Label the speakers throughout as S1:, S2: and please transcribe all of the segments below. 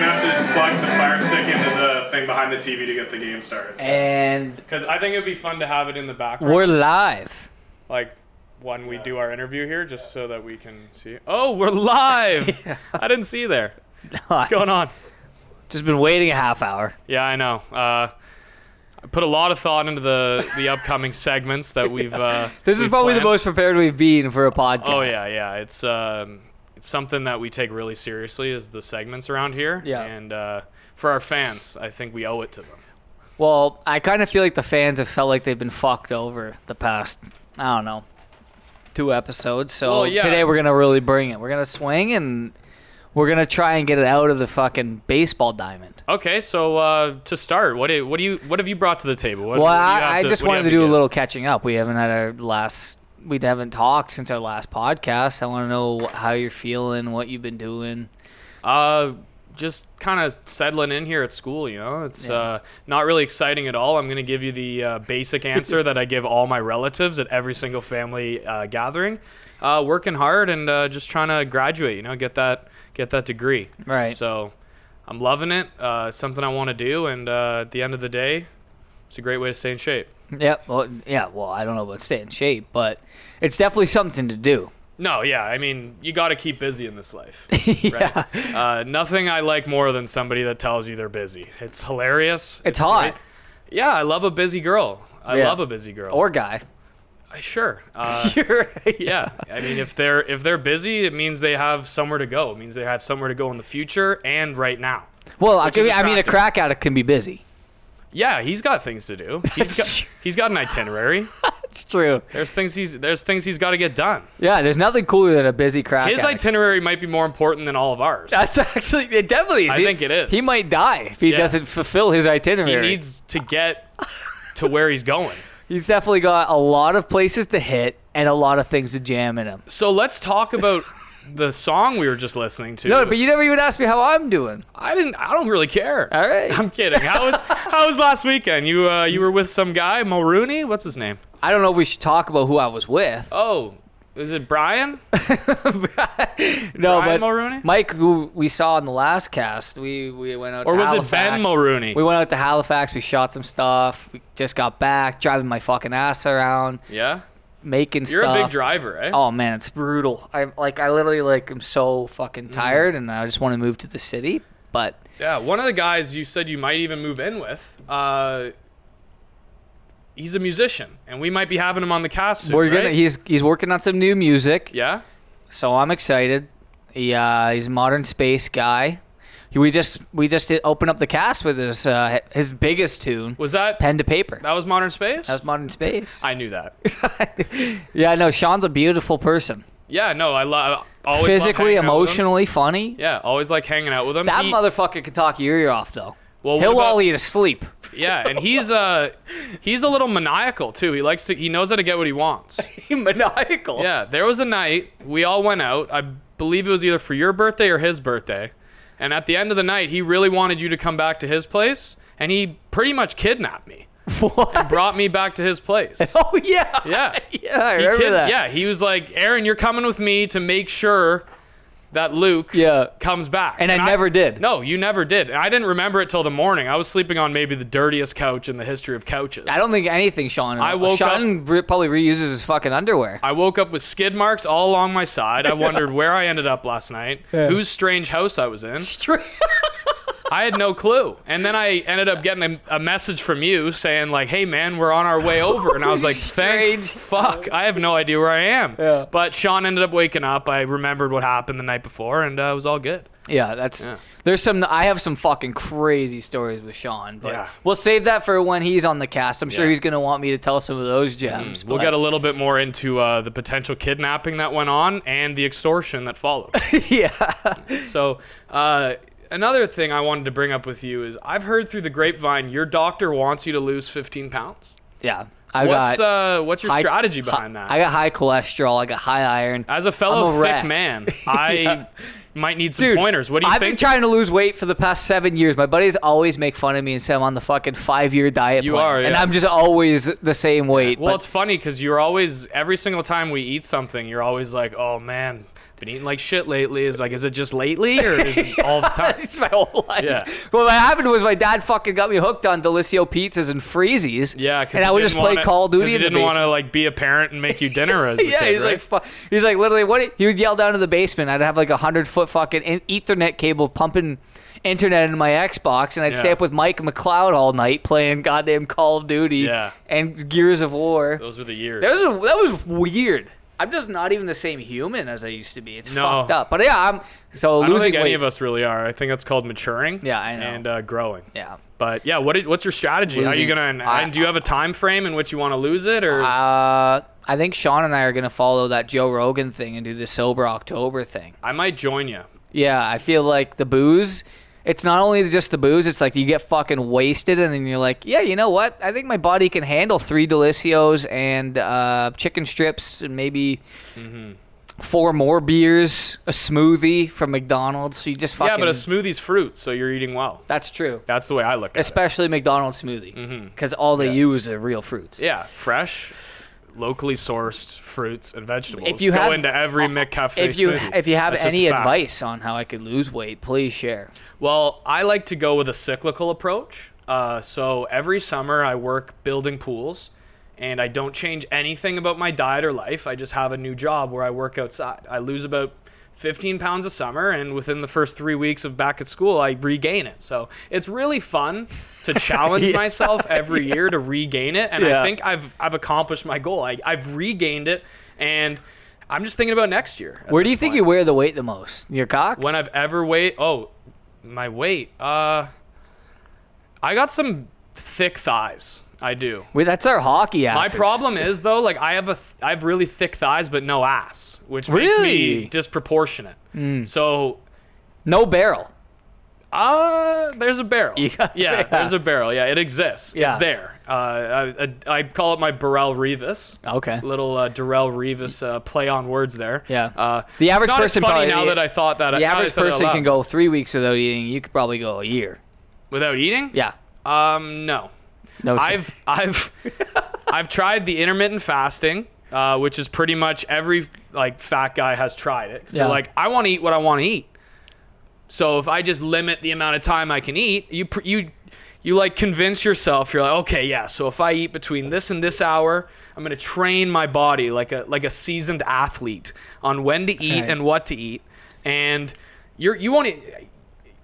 S1: uh,
S2: plug the Fire Stick into the thing behind the TV to get the game started.
S3: And
S1: Because I think it'd be fun to have it in the background,
S3: we're live.
S1: like when we do our interview here, just so that we can see. Oh, we're live! I didn't see you there. What's going on?
S3: Just been waiting a half hour.
S1: Yeah, I know. Uh, I put a lot of thought into the the upcoming segments that we've. Uh,
S3: This is
S1: we've
S3: probably the
S1: planned.
S3: most prepared we've been for a podcast.
S1: Oh yeah, yeah. It's um, it's something that we take really seriously is the segments around here.
S3: Yeah.
S1: And uh, for our fans, I think we owe it to them.
S3: Well, I kind of feel like the fans have felt like they've been fucked over the past, I don't know, two episodes. So
S1: Well, yeah.
S3: today we're going to really bring it. We're going to swing and we're going to try and get it out of the fucking baseball diamond.
S1: Okay, so uh, to start, what do, what do you what have you brought to the table? What,
S3: Well,
S1: what do you have
S3: I, I just
S1: what you
S3: wanted
S1: have
S3: to do a
S1: give?
S3: little catching up. We haven't had our last, we haven't talked since our last podcast. I want to know how you're feeling, what you've been doing.
S1: Uh, just kind of settling in here at school, you know. It's
S3: Yeah.
S1: uh, not really exciting at all. I'm gonna give you the uh, basic answer that I give all my relatives at every single family uh, gathering. Uh, working hard and uh, just trying to graduate, you know, get that get that degree.
S3: Right.
S1: So, I'm loving it. Uh, it's something I want to do, and uh, at the end of the day, it's a great way to stay in shape.
S3: Yep. Well, yeah. Well, I don't know about stay in shape, but it's definitely something to do.
S1: No, yeah, I mean, you got to keep busy in this life.
S3: yeah.
S1: Right? Uh, nothing I like more than somebody that tells you they're busy. It's hilarious.
S3: It's hot.
S1: great. Yeah, I love a busy girl. I
S3: Yeah.
S1: love a busy girl.
S3: Or guy.
S1: Uh, sure. Uh, yeah. I mean, if they're if they're busy, it means they have somewhere to go. It means they have somewhere to go in the future and right now.
S3: Well, I,
S1: Which is
S3: could- I mean, a
S1: attractive.
S3: crack addict can be busy.
S1: Yeah, he's got things to do. He's got he's got an itinerary.
S3: It's true.
S1: There's things he's there's things he's got to get done.
S3: Yeah, there's nothing cooler than a busy crack
S1: His
S3: addict.
S1: itinerary might be more important than all of ours.
S3: That's actually it. Definitely is.
S1: I
S3: He-
S1: think it is.
S3: He might die if he
S1: Yeah.
S3: doesn't fulfill his
S1: He
S3: itinerary.
S1: needs to get to where he's going.
S3: He's definitely got a lot of places to hit and a lot of things to jam in him.
S1: So let's talk about the song we were just listening to.
S3: No, but you never even asked me how I'm doing.
S1: I didn't. I don't really care.
S3: All right.
S1: I'm kidding. How was how was last weekend? You uh, you were with some guy, Mulrooney. What's his name?
S3: I don't know if we should talk about who I was with.
S1: Oh, is it Brian?
S3: no,
S1: Brian
S3: but
S1: Mulrooney?
S3: Mike, who we saw in the last cast, we, we went out
S1: Or
S3: to
S1: was it
S3: Halifax.
S1: Ben Mulrooney?
S3: We went out to Halifax. We shot some stuff. We just got back, driving my fucking ass around,
S1: Yeah.
S3: making
S1: You're
S3: stuff.
S1: a big driver, eh?
S3: Oh man, it's brutal. I like I literally like I'm so
S1: Mm.
S3: fucking tired, and I just want to move to the city. But
S1: Yeah. One of the guys you said you might even move in with. Uh, he's a musician, and we might be having him on the cast soon.
S3: we're
S1: right?
S3: gonna he's he's working on some new music.
S1: yeah.
S3: so I'm excited. He, uh, he's a modern space guy. He- We just we just did open up the cast with his uh, his biggest tune,
S1: Was that
S3: Pen to Paper.
S1: that was Modern Space?
S3: That was modern space.
S1: I knew that.
S3: yeah, no, Sean's a beautiful person.
S1: Yeah. No, I love always love
S3: Physically,
S1: hanging out with him.
S3: emotionally, funny.
S1: Yeah, always like hanging out with him.
S3: That
S1: He-
S3: motherfucker could talk your ear off though.
S1: Well, what
S3: He'll
S1: about-
S3: lull you to sleep.
S1: Yeah, and he's uh he's a little maniacal too. He likes to he knows how to get what he wants.
S3: maniacal.
S1: Yeah, there was a night we all went out. I believe it was either for your birthday or his birthday. And at the end of the night, he really wanted you to come back to his place, and he pretty much kidnapped me.
S3: What?
S1: Brought me back to his place.
S3: Oh yeah.
S1: Yeah.
S3: Yeah, I
S1: He
S3: remember
S1: kid-
S3: that.
S1: Yeah, he was like, "Aaron, you're coming with me to make sure that Luke
S3: Yeah.
S1: comes back."
S3: And I never did.
S1: No, you never did. And I didn't remember it till the morning. I was sleeping on maybe the dirtiest couch in the history of couches.
S3: I don't think anything, Sean.
S1: I woke up-
S3: Sean re- probably reuses his fucking underwear.
S1: I woke up with skid marks all along my side. I wondered where I ended up last night, whose strange house I was in. I had no clue. And then I ended up getting a, a message from you saying like, "Hey man, we're on our way over." And I was like, "Thank
S3: Strange
S1: fuck, I have no idea where I am."
S3: Yeah.
S1: But Sean ended up waking up. I remembered what happened the night before, and uh, it was all good.
S3: Yeah, that's
S1: Yeah.
S3: there's some I have some fucking crazy stories with Sean, but
S1: Yeah.
S3: we'll save that for when he's on the cast. I'm sure
S1: Yeah. Mm-hmm.
S3: he's gonna want me to tell some of those gems.
S1: We'll
S3: but-
S1: get a little bit more into uh, the potential kidnapping that went on and the extortion that followed.
S3: yeah.
S1: So, uh, another thing I wanted to bring up with you is I've heard through the grapevine your doctor wants you to lose 15 pounds.
S3: Yeah. I
S1: What's
S3: got
S1: uh, what's your
S3: high-
S1: strategy
S3: hi-
S1: behind that?
S3: I got high cholesterol, I got high iron.
S1: As a fellow
S3: I'm a
S1: thick
S3: rat.
S1: man, I might need some pointers. What do you
S3: I've
S1: think?
S3: been trying to lose weight for the past seven years. My buddies always make fun of me and say I'm on the fucking five year diet
S1: You
S3: plan,
S1: are,
S3: and
S1: yeah.
S3: I'm just always the same weight.
S1: Well,
S3: but-
S1: it's funny because you're always every single time we eat something, you're always like, "Oh man, been eating like shit lately." Is like, is it just lately or is it all the time?
S3: It's my whole life.
S1: Yeah.
S3: But what happened was my dad fucking got me hooked on Delicio pizzas and freezies.
S1: Yeah, 'cause
S3: and I
S1: he
S3: would
S1: didn't
S3: just play
S1: wanna-
S3: Call of
S1: 'cause
S3: Duty.
S1: He
S3: in the
S1: didn't want
S3: basement.
S1: to like be a parent and make you dinner as a
S3: Yeah,
S1: kid,
S3: he's
S1: right?
S3: like, fu- he's like, literally, what? He would yell down to the basement. I'd have like a hundred foot fucking in- Ethernet cable pumping internet into my Xbox, and I'd stay
S1: Yeah.
S3: up with Mike McLeod all night playing goddamn Call of Duty
S1: Yeah.
S3: and Gears of War.
S1: those were the years.
S3: That was that was weird. I'm just not even the same human as I used to be. It's
S1: No.
S3: fucked up. But yeah, I'm so
S1: I don't
S3: losing
S1: think any
S3: weight.
S1: of us really are. I think that's called maturing.
S3: Yeah, I know.
S1: And uh, growing.
S3: yeah.
S1: But yeah, what did, what's your strategy? How are you
S3: Losing-
S1: gonna? And,
S3: I-
S1: and do you have a time frame in which you want to lose it, or is-
S3: Uh, I think Sean and I are gonna follow that Joe Rogan thing and do the sober October thing.
S1: I might join you.
S3: Yeah, I feel like the booze. It's not only just the booze. It's like you get fucking wasted, and then you're like, yeah, you know what? I think my body can handle three delicios and uh, chicken strips, and maybe
S1: Mm-hmm.
S3: four more beers, a smoothie from McDonald's. So you just fucking.
S1: Yeah, but a smoothie's fruit, so you're eating well.
S3: that's true.
S1: That's the way I look at it.
S3: Especially McDonald's smoothie,
S1: Mm-hmm.
S3: because all they use are real fruits.
S1: Yeah, fresh, locally sourced fruits and vegetables.
S3: If you
S1: go
S3: have-
S1: into every McCafe
S3: If you
S1: smoothie.
S3: if you have
S1: That's just
S3: any
S1: a fact.
S3: advice on how I could lose weight, please share.
S1: well, I like to go with a cyclical approach. Uh, so every summer I work building pools, and I don't change anything about my diet or life. I just have a new job where I work outside. I lose about 15 pounds a summer, and within the first three weeks of back at school, I regain it. So it's really fun to challenge myself every year to regain it, and
S3: Yeah.
S1: I think I've I've accomplished my goal. I, I've regained it, and I'm just thinking about next year. at
S3: Where do
S1: this
S3: you think
S1: point
S3: you wear the weight the most? Your cock?
S1: when I've ever weighed. Oh, my weight. Uh, I got some thick thighs. I do.
S3: Wait, that's our hockey ass.
S1: My problem is though, like I have a, th- I have really thick thighs, but no ass, which makes
S3: Really? Hmm.
S1: me disproportionate. So,
S3: No barrel.
S1: uh, there's a barrel.
S3: You
S1: Yeah,
S3: got-
S1: there's a barrel. Yeah, it exists.
S3: Yeah.
S1: It's there. Uh, I, I, I call it my Burrell Revis.
S3: Okay.
S1: Little uh, Darrell Revis uh, play on words there.
S3: Yeah.
S1: Uh,
S3: The average
S1: it's not as
S3: person
S1: funny
S3: probably-
S1: now that I thought that.
S3: The
S1: now that I
S3: average
S1: said it out
S3: person can
S1: loud.
S3: go three weeks without eating. You could probably go a year.
S1: without eating.
S3: Yeah.
S1: Um, no.
S3: No. shit.
S1: I've I've I've tried the intermittent fasting, uh, which is pretty much every like fat guy has tried it. So
S3: Yeah.
S1: like I want to eat what I want to eat. So if I just limit the amount of time I can eat, you pr- you you like convince yourself you're like okay yeah so if I eat between this and this hour I'm gonna train my body like a like a seasoned athlete on when to eat
S3: Right.
S1: and what to eat and you're you won't e-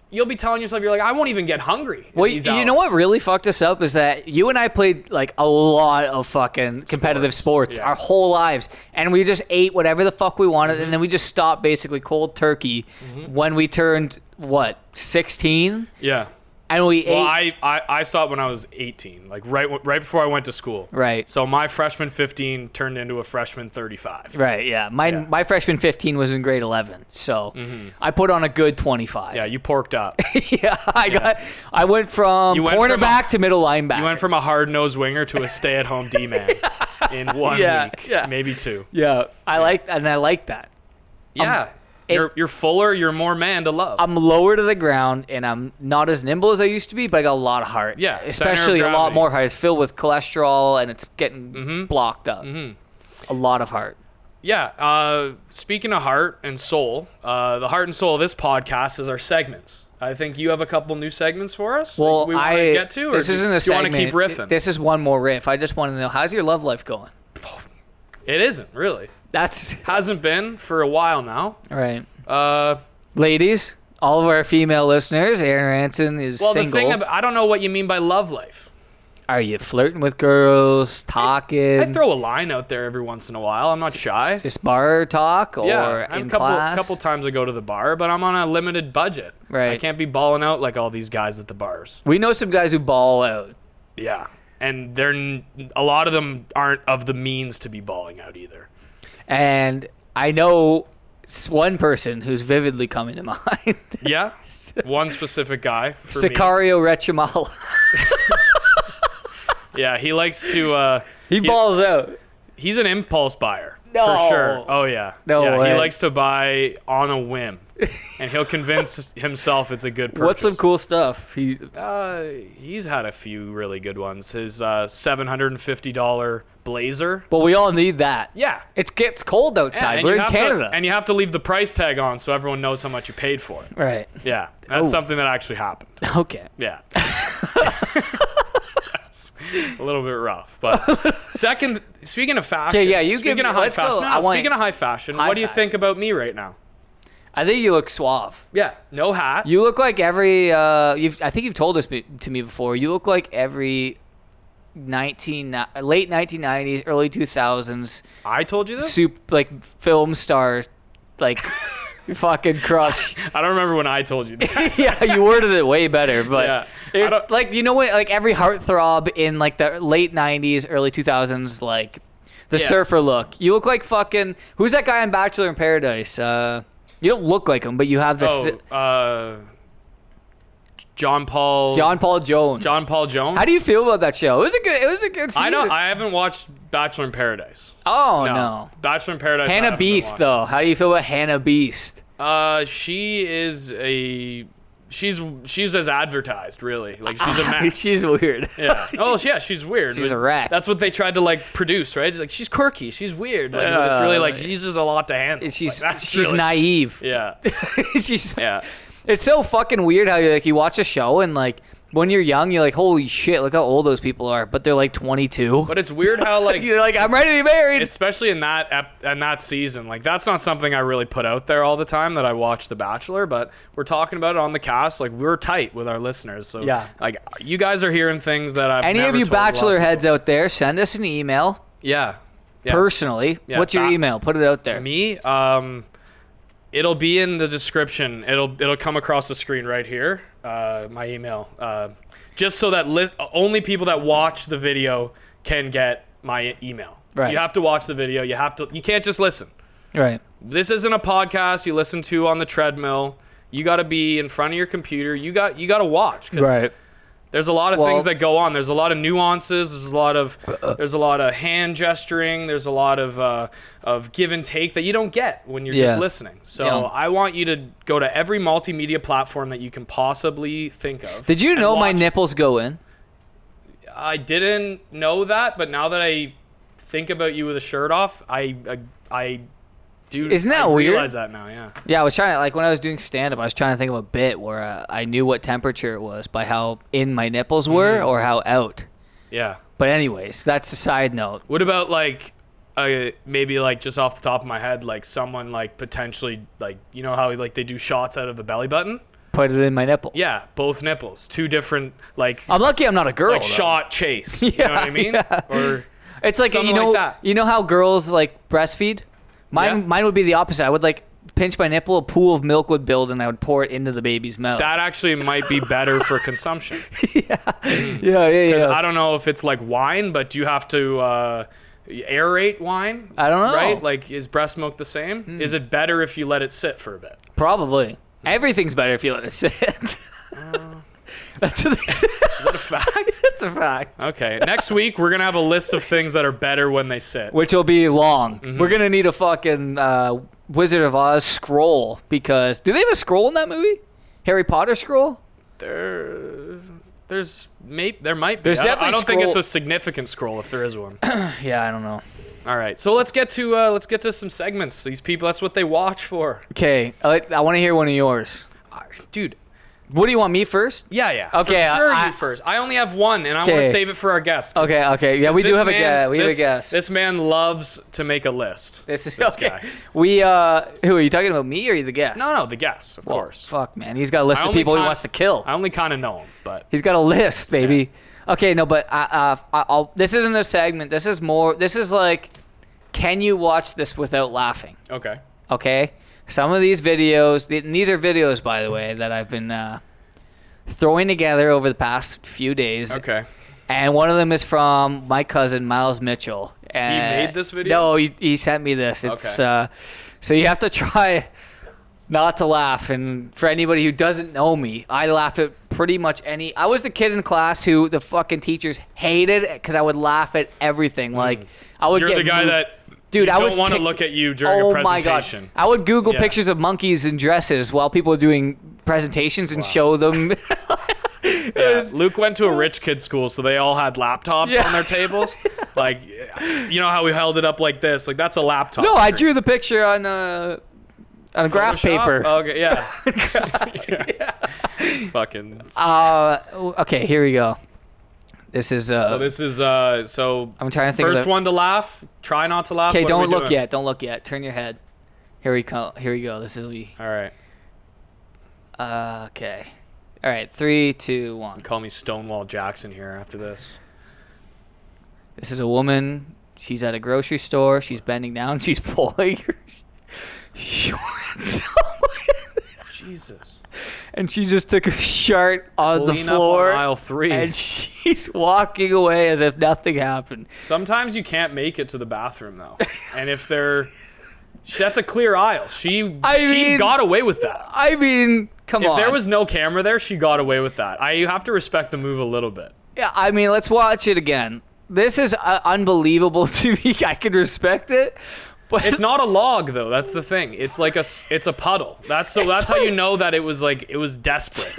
S1: you'll be telling yourself you're like I won't even get hungry. at
S3: Well, you,
S1: these
S3: you know
S1: hours."
S3: what really fucked us up is that you and I played like a lot of fucking competitive sports
S1: Yeah.
S3: our whole lives, and we just ate whatever the fuck we wanted,
S1: Mm-hmm.
S3: and then we just stopped basically cold turkey when we turned what sixteen,
S1: Yeah.
S3: and we
S1: Well,
S3: ate.
S1: I, I, I stopped when I was 18, like right w- right before I went to school.
S3: Right.
S1: So my freshman 15 turned into a freshman 35.
S3: Right, yeah. My my freshman 15 was in grade 11. So I put on a good 25.
S1: Mm-hmm. Yeah, you porked up.
S3: yeah, I got. I went from
S1: You went from
S3: cornerback
S1: a-
S3: to middle linebacker.
S1: You went from a hard nosed winger to a stay at home D man in one
S3: Yeah,
S1: week,
S3: yeah. Um,
S1: maybe two.
S3: yeah, I like and I like that.
S1: Yeah. you're,
S3: it- Um,
S1: you're fuller, you're more man to love.
S3: I'm lower to the ground and I'm not as nimble as I used to be, but I got a lot of heart.
S1: Yeah, center of
S3: especially a lot
S1: gravity. Mm-hmm.
S3: more heart. It's filled with cholesterol and it's getting blocked up. A lot of heart.
S1: Yeah. Uh, speaking of heart and soul, uh, the heart and soul of this podcast is our segments. I think you have a couple new segments for us. that
S3: Well,
S1: we wanna
S3: I
S1: get to, or
S3: this
S1: do,
S3: isn't a
S1: do you wanna
S3: segment.
S1: keep riffing?
S3: This is one more riff. I just want to know how's your love life going.
S1: it isn't really.
S3: That's
S1: Hasn't been for a while now.
S3: all right,
S1: Uh,
S3: ladies. All of our female listeners, Aaron Ranson is
S1: well,
S3: single.
S1: the thing about, I don't know what you mean by love life.
S3: Are you flirting with girls, talking?
S1: I throw a line out there every once in a while. I'm not shy.
S3: just bar talk or
S1: Yeah, I'm
S3: in
S1: a couple
S3: class.
S1: couple times I go to the bar, but I'm on a limited budget. I
S3: Right.
S1: can't be balling out like all these guys at the bars.
S3: we know some guys who ball out.
S1: Yeah, and they're n- a lot of them aren't of the means to be balling out either.
S3: And I know s- one person who's vividly coming to mind
S1: Yeah, one specific guy. For me.
S3: Sicario Rechamala.
S1: Yeah, he likes to. Uh,
S3: he balls out.
S1: he's an impulse buyer.
S3: No.
S1: For sure. Oh yeah.
S3: No
S1: yeah,
S3: way.
S1: He likes to buy on a whim, and he'll convince himself it's a good purchase.
S3: What's some cool stuff? He,
S1: Uh, he's had a few really good ones. His uh, seven hundred and fifty dollar blazer.
S3: well, we all need that.
S1: Yeah.
S3: It gets cold outside.
S1: and
S3: We're
S1: you
S3: in
S1: have to-
S3: Canada.
S1: and you have to leave the price tag on so everyone knows how much you paid for it.
S3: right.
S1: Yeah, that's
S3: Oh.
S1: something that actually happened.
S3: Okay.
S1: Yeah. That's a little bit rough, but second. Speaking of fashion,
S3: yeah, you
S1: speaking
S3: give-
S1: of high
S3: let's go.
S1: fashion.
S3: I
S1: No,
S3: want-
S1: speaking of high fashion,
S3: High
S1: what do you think
S3: fashion.
S1: about me right now?
S3: I think you look suave.
S1: Yeah, no hat.
S3: You look like every. Uh, you've, I think you've told this be- to me before. You look like every 19 ni- late 1990s, early 2000s
S1: I told you this.
S3: soup like film star, like fucking crush.
S1: I don't remember when I told you. That.
S3: yeah, you worded it way better, but
S1: Yeah. I
S3: it's
S1: don't-
S3: like you know what? Like every heartthrob in like the late '90s, early 2000s, like the
S1: Yeah.
S3: surfer look. You look like fucking who's that guy in Bachelor in Paradise? Uh, you don't look like him, but you have this
S1: Oh, uh, John Paul.
S3: John Paul Jones.
S1: John Paul Jones.
S3: How do you feel about that show? It was a good. It was a good. Season.
S1: I know. I haven't watched Bachelor in Paradise.
S3: oh no.
S1: Bachelor in Paradise. I
S3: Hannah
S1: haven't been
S3: Beast
S1: watching.
S3: though. How do you feel about Hannah Beast?
S1: Uh, she is a. She's she's as advertised, really. Like she's a mess.
S3: She's weird.
S1: Yeah. Oh, yeah. She's weird.
S3: She's
S1: but
S3: a wreck.
S1: That's what they tried to like produce, right? It's like she's quirky. She's weird. Like, but it's really like
S3: Uh,
S1: she's just a lot to handle.
S3: she's
S1: Like, that's
S3: she's
S1: really-
S3: naive.
S1: Yeah.
S3: she's
S1: Yeah.
S3: It's so fucking weird how you like you watch a show and like when you're young you're like holy shit look how old those people are but they're like 22.
S1: But it's weird how like
S3: you're like I'm ready to be married.
S1: especially in that ep- in that season like that's not something i really put out there all the time that i watch the bachelor but we're talking about it on the cast like we're tight with our listeners so
S3: Yeah.
S1: like you guys are hearing things that i've
S3: Any of
S1: never
S3: you
S1: told a lot of
S3: bachelor
S1: people.
S3: heads out there send us an email
S1: yeah yeah
S3: personally.
S1: Yeah,
S3: What's your
S1: that-
S3: email? Put it out there.
S1: me um it'll be in the description it'll it'll come across the screen right here uh my email uh just so that list only people that watch the video can get my e- email
S3: Right.
S1: you have to watch the video you have to you can't just listen
S3: Right.
S1: this isn't a podcast you listen to on the treadmill. You got to be in front of your computer. You got you got to watch 'cause there's a lot of
S3: Well-
S1: things that go on. There's a lot of nuances. There's a lot of there's a lot of hand gesturing. There's a lot of uh, of give and take that you don't get when you're
S3: Yeah.
S1: just listening. So
S3: Yeah.
S1: I want you to go to every multimedia platform that you can possibly think of.
S3: Did you
S1: and
S3: know my
S1: watch it.
S3: nipples go in?
S1: I didn't know that, but now that I think about you with a shirt off, I I, I do.
S3: Isn't that
S1: I
S3: weird?
S1: Realize that now, yeah.
S3: Yeah, I was trying to like when I was doing stand up, I was trying to think of a bit where uh, I knew what temperature it was by how in my nipples were
S1: Mm-hmm.
S3: or how out.
S1: Yeah.
S3: But anyways, that's a side note.
S1: What about like uh, maybe like just off the top of my head, like someone like potentially like you know how like they do shots out of the belly button?
S3: Put it in my nipple.
S1: Yeah, both nipples, two different like
S3: I'm lucky I'm not a girl.
S1: like
S3: though.
S1: shot chase. You know what I mean?
S3: yeah.
S1: Or
S3: It's like you
S1: Something
S3: know
S1: like that.
S3: you know how girls like breastfeed. Mine
S1: Yeah.
S3: mine would be the opposite. I would like pinch my nipple, a pool of milk would build, and I would pour it into the baby's mouth.
S1: that actually might be better for consumption.
S3: yeah, yeah,
S1: 'Cause I don't know if it's like wine, but do you have to uh, aerate wine?
S3: I don't know. Hmm.
S1: Right? Like, is breast milk the same? Is it better if you let it sit for a bit?
S3: Probably everything's better if you let it sit. Oh. That's what they say.
S1: What a fact.
S3: That's a fact.
S1: Okay. Next week we're gonna have a list of things that are better when they sit.
S3: Which will be long.
S1: Mm-hmm.
S3: We're gonna need a fucking uh, Wizard of Oz scroll because do they have a scroll in that movie? Harry Potter scroll?
S1: There, there's maybe there might be.
S3: There's
S1: I don't-
S3: definitely
S1: I don't think it's
S3: scroll-
S1: a significant scroll if there is one.
S3: Yeah, I don't know.
S1: All right, so let's get to uh, let's get to some segments. These people, that's what they watch for.
S3: Okay, I, like- I want to hear one of yours.
S1: I- Dude,
S3: What do you want me first?
S1: yeah, yeah.
S3: Okay,
S1: for sure
S3: I-
S1: you first. I only have one, and I want
S3: Okay.
S1: to save it for our guest. 'cause-
S3: Okay, okay. Yeah, we
S1: 'cause
S3: do
S1: this
S3: have a
S1: man-
S3: guest. We have a
S1: this-
S3: guest.
S1: This man loves to make a list.
S3: This is
S1: this
S3: okay.
S1: guy.
S3: We uh, who are you talking about? Me or the guest?
S1: No, no, the guest, of course.
S3: Fuck, man, he's got a list of people he wants to kill.
S1: I only kind of know him, but
S3: He's got a list, baby. Okay, no, but I, uh, I- I'll. This isn't a segment. This is more. This is like, can you watch this without laughing?
S1: okay.
S3: Okay. Some of these videos, th- and these are videos, by the way, that I've been uh, throwing together over the past few days.
S1: Okay.
S3: And one of them is from my cousin Miles Mitchell. And
S1: made this video?
S3: No, he, he sent me this. It's
S1: Okay.
S3: uh, so you have to try not to laugh. And for anybody who doesn't know me, I laugh at pretty much any. I was the kid in class who the fucking teachers hated because I would laugh at everything. Like I would
S1: Mm. You're
S3: get
S1: the guy
S3: moved-
S1: that
S3: Dude, I
S1: don't
S3: was
S1: want to
S3: kicked-
S1: look at you during
S3: Oh
S1: a
S3: my god!
S1: presentation.
S3: I would Google
S1: Yeah.
S3: pictures of monkeys in dresses while people are doing presentations and show them. It
S1: Yeah.
S3: was-
S1: Luke went to a rich kid's school, so they all had laptops
S3: Yeah.
S1: on their tables. like, you know how we held it up like this? Like that's a laptop.
S3: no, I
S1: screen.
S3: drew the picture on a on a graph
S1: Photoshop?
S3: paper.
S1: Oh, Okay, yeah. Yeah. Fucking.
S3: Uh, okay, here we go. This is uh.
S1: So this is uh. So
S3: I'm trying to think.
S1: first
S3: of the-
S1: one to laugh. Try not to laugh.
S3: Okay,
S1: What are we
S3: don't look
S1: doing?
S3: yet. Don't look yet. Turn your head. Here we go. Here we go. This will be.
S1: All right.
S3: Uh, okay. All right. Three, two, one.
S1: Call me Stonewall Jackson here after this.
S3: This is a woman. She's at a grocery store. She's bending down. She's pulling her shorts. Oh my-
S1: Jesus.
S3: and she just took her shirt on
S1: Clean
S3: the
S1: up
S3: floor.
S1: on aisle three.
S3: and she's walking away as if nothing happened.
S1: Sometimes you can't make it to the bathroom though, and if they're, that's a clear aisle. She
S3: I
S1: she
S3: mean-
S1: got away with that.
S3: I mean, come
S1: If
S3: on.
S1: there was no camera there, she got away with that. I you have to respect the move a little bit.
S3: Yeah, I mean, let's watch it again. This is uh, unbelievable to me. I can respect it, but
S1: It's not a log though. That's the thing. It's like a s- it's a puddle. That's so that's how you know that it was like it was desperate.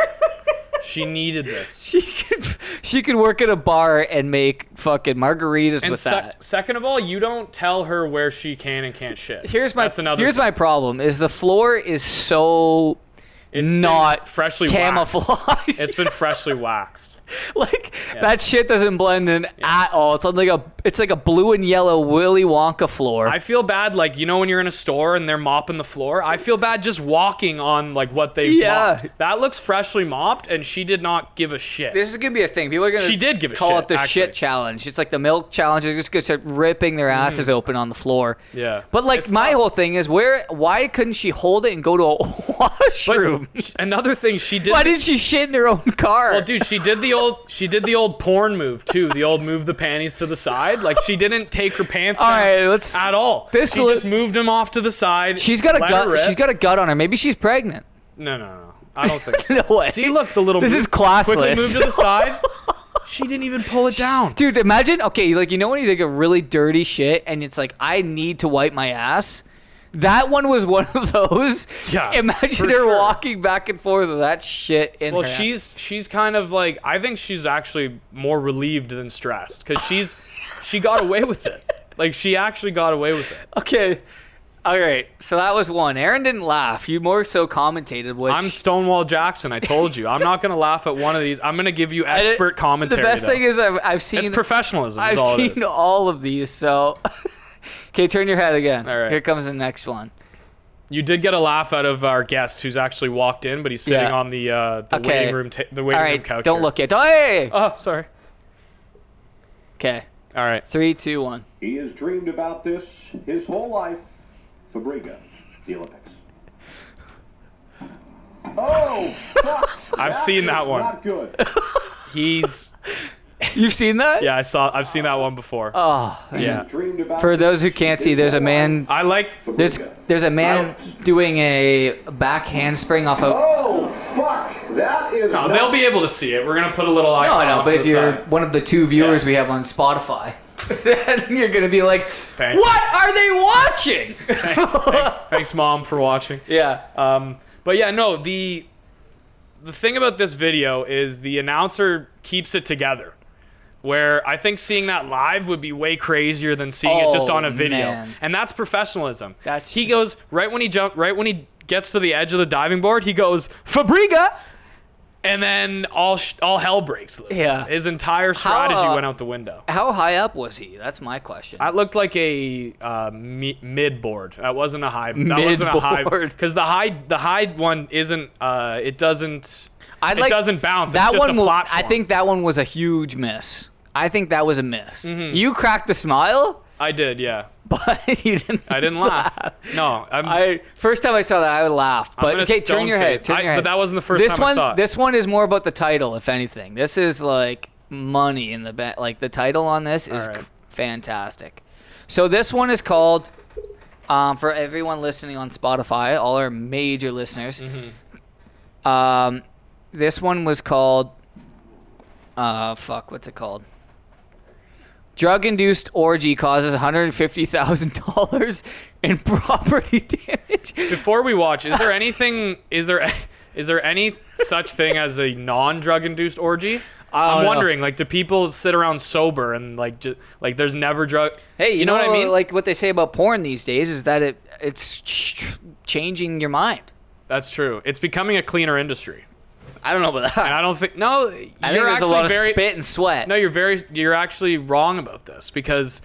S1: She needed this.
S3: she could she could work at a bar and make fucking margaritas
S1: And
S3: with
S1: sec-
S3: that.
S1: second of all, you don't tell her where she can and can't shit.
S3: Here's my
S1: that's another
S3: here's my problem is the floor is so
S1: It's been
S3: not
S1: freshly
S3: camouflage.
S1: Waxed. It's been freshly waxed.
S3: like that shit doesn't blend in at all. It's on like a it's like a blue and yellow Willy Wonka floor.
S1: I feel bad, like you know, when you're in a store and they're mopping the floor. I feel bad just walking on like what they
S3: Yeah.
S1: mopped. That looks freshly mopped, and she did not give a shit.
S3: this is gonna be a thing. People are gonna
S1: She did give a
S3: call
S1: shit,
S3: it the
S1: actually. Mm.
S3: shit challenge. It's like the milk challenge. They're just gonna start ripping their asses open on the floor.
S1: Yeah.
S3: But like
S1: It's
S3: my
S1: tough.
S3: whole thing is where why couldn't she hold it and go to a
S1: But
S3: washroom?
S1: another thing she did.
S3: why did she shit in her own car?
S1: well, dude, she did the old she did the old porn move too. The old move the panties to the side. Like she didn't take her pants
S3: All
S1: down
S3: right, let's-
S1: at all.
S3: this
S1: she
S3: li-
S1: just moved them off to the side.
S3: she's got a
S1: uh, let her
S3: gut.
S1: rip.
S3: She's got a gut on her. Maybe she's pregnant.
S1: no, no, no. I don't think so.
S3: No way.
S1: See, look, the little
S3: This
S1: move-
S3: is classless.
S1: Quickly moved to the side. She didn't even pull it down.
S3: Dude, imagine okay, like you know when you take a really dirty shit and it's like I need to wipe my ass. That one was one of those.
S1: Yeah,
S3: Imagine
S1: for
S3: her
S1: sure.
S3: walking back and forth with that shit in
S1: Well,
S3: her.
S1: she's she's kind of like I think she's actually more relieved than stressed because she's she got away with it. Like she actually got away with it.
S3: okay. All right, so that was one. Aaron didn't laugh. You more so commentated, which
S1: I'm Stonewall Jackson. I told you. I'm not gonna laugh at one of these. I'm gonna give you
S3: I didn't-
S1: expert commentary.
S3: The best
S1: though.
S3: thing is I've, I've seen
S1: it's professionalism. Is
S3: I've
S1: all
S3: seen
S1: it is.
S3: all of these. So okay, turn your head again.
S1: All right.
S3: Here comes the next one.
S1: You did get a laugh out of our guest who's actually walked in, but he's sitting
S3: Yeah.
S1: on the uh, the
S3: Okay.
S1: waiting room ta- the waiting
S3: all right,
S1: room couch.
S3: don't
S1: here.
S3: look yet. Hey.
S1: Oh, sorry.
S3: Okay,
S1: All right.
S3: three, two, one.
S4: He has dreamed about this his whole life. Fabriga, the Olympics. Oh, fuck.
S1: I've
S4: That
S1: seen that
S4: is
S1: one.
S4: Not good.
S1: He's
S3: You've seen that?
S1: yeah. I saw. I've seen that one before.
S3: Oh,
S1: yeah.
S4: Dreamed about
S3: For
S4: this
S3: those who can't
S4: his
S3: see, there's a
S4: whole
S3: man.
S4: life.
S1: I like.
S3: There's
S4: Fabriga.
S3: there's a man doing a back handspring off a.
S4: Oh, fuck. That is.
S1: No,
S4: not-
S1: they'll be able to see it. We're gonna put a little
S3: No,
S1: icon.
S3: I know,
S1: off
S3: but
S1: to
S3: if
S1: the
S3: you're
S1: side.
S3: one of the two viewers
S1: Yeah.
S3: we have on Spotify, then you're gonna be like,
S1: Thank
S3: "What are they watching?"
S1: thanks, thanks, mom, for watching.
S3: yeah. uh,
S1: Um, but yeah, no. The the thing about this video is the announcer keeps it together. Where I think seeing that live would be way crazier than seeing it just
S3: Oh,
S1: on a video,
S3: man.
S1: and that's professionalism.
S3: That's
S1: he
S3: true.
S1: goes right when he jump, right when he gets to the edge of the diving board, he goes Fabriga, and then all sh- all hell breaks loose.
S3: Yeah.
S1: his entire strategy
S3: uh,
S1: went out the window.
S3: How high up was he? That's my question.
S1: That looked like a uh, mi- mid board. That wasn't a high. That wasn't a high
S3: Mid-board.
S1: because the high the high one isn't. Uh, it doesn't.
S3: I
S1: it doesn't bounce.
S3: That
S1: it's just
S3: one,
S1: a
S3: wa-
S1: platform.
S3: I think that one was a huge miss. I think that was a miss.
S1: Mm-hmm.
S3: You cracked a smile,
S1: I did. Yeah,
S3: but you didn't.
S1: I didn't laugh. No, I'm.
S3: I first time I saw that I would laugh. But
S1: Um, gonna
S3: okay, turn
S1: stone
S3: your head.
S1: face-
S3: Turn
S1: I-
S3: your head.
S1: but that wasn't the first
S3: this
S1: time I
S3: one,
S1: saw it.
S3: This one is more about the title, if anything. This is like money in the bet. Like the title on this is
S1: right.
S3: c- fantastic. So this one is called. Um, for everyone listening on Spotify, all our major listeners,
S1: Mm-hmm.
S3: um, this one was called. Uh, fuck, what's it called? Drug-induced orgy causes one hundred fifty thousand dollars in property damage.
S1: Before we watch, is there anything? Is there? Is there any such thing as a non-drug induced orgy?
S3: don't
S1: I'm
S3: know.
S1: wondering, like, do people sit around sober and like, just, like, there's never drug?
S3: Hey, you, know,
S1: what I mean?
S3: Like what they say about porn these days is that it it's ch- changing your mind.
S1: That's true. It's becoming a cleaner industry.
S3: I don't know about that.
S1: And I don't think. No,
S3: I think
S1: you're
S3: there's a
S1: actually
S3: lot of
S1: very.
S3: spit and sweat.
S1: No, you're very. You're actually wrong about this because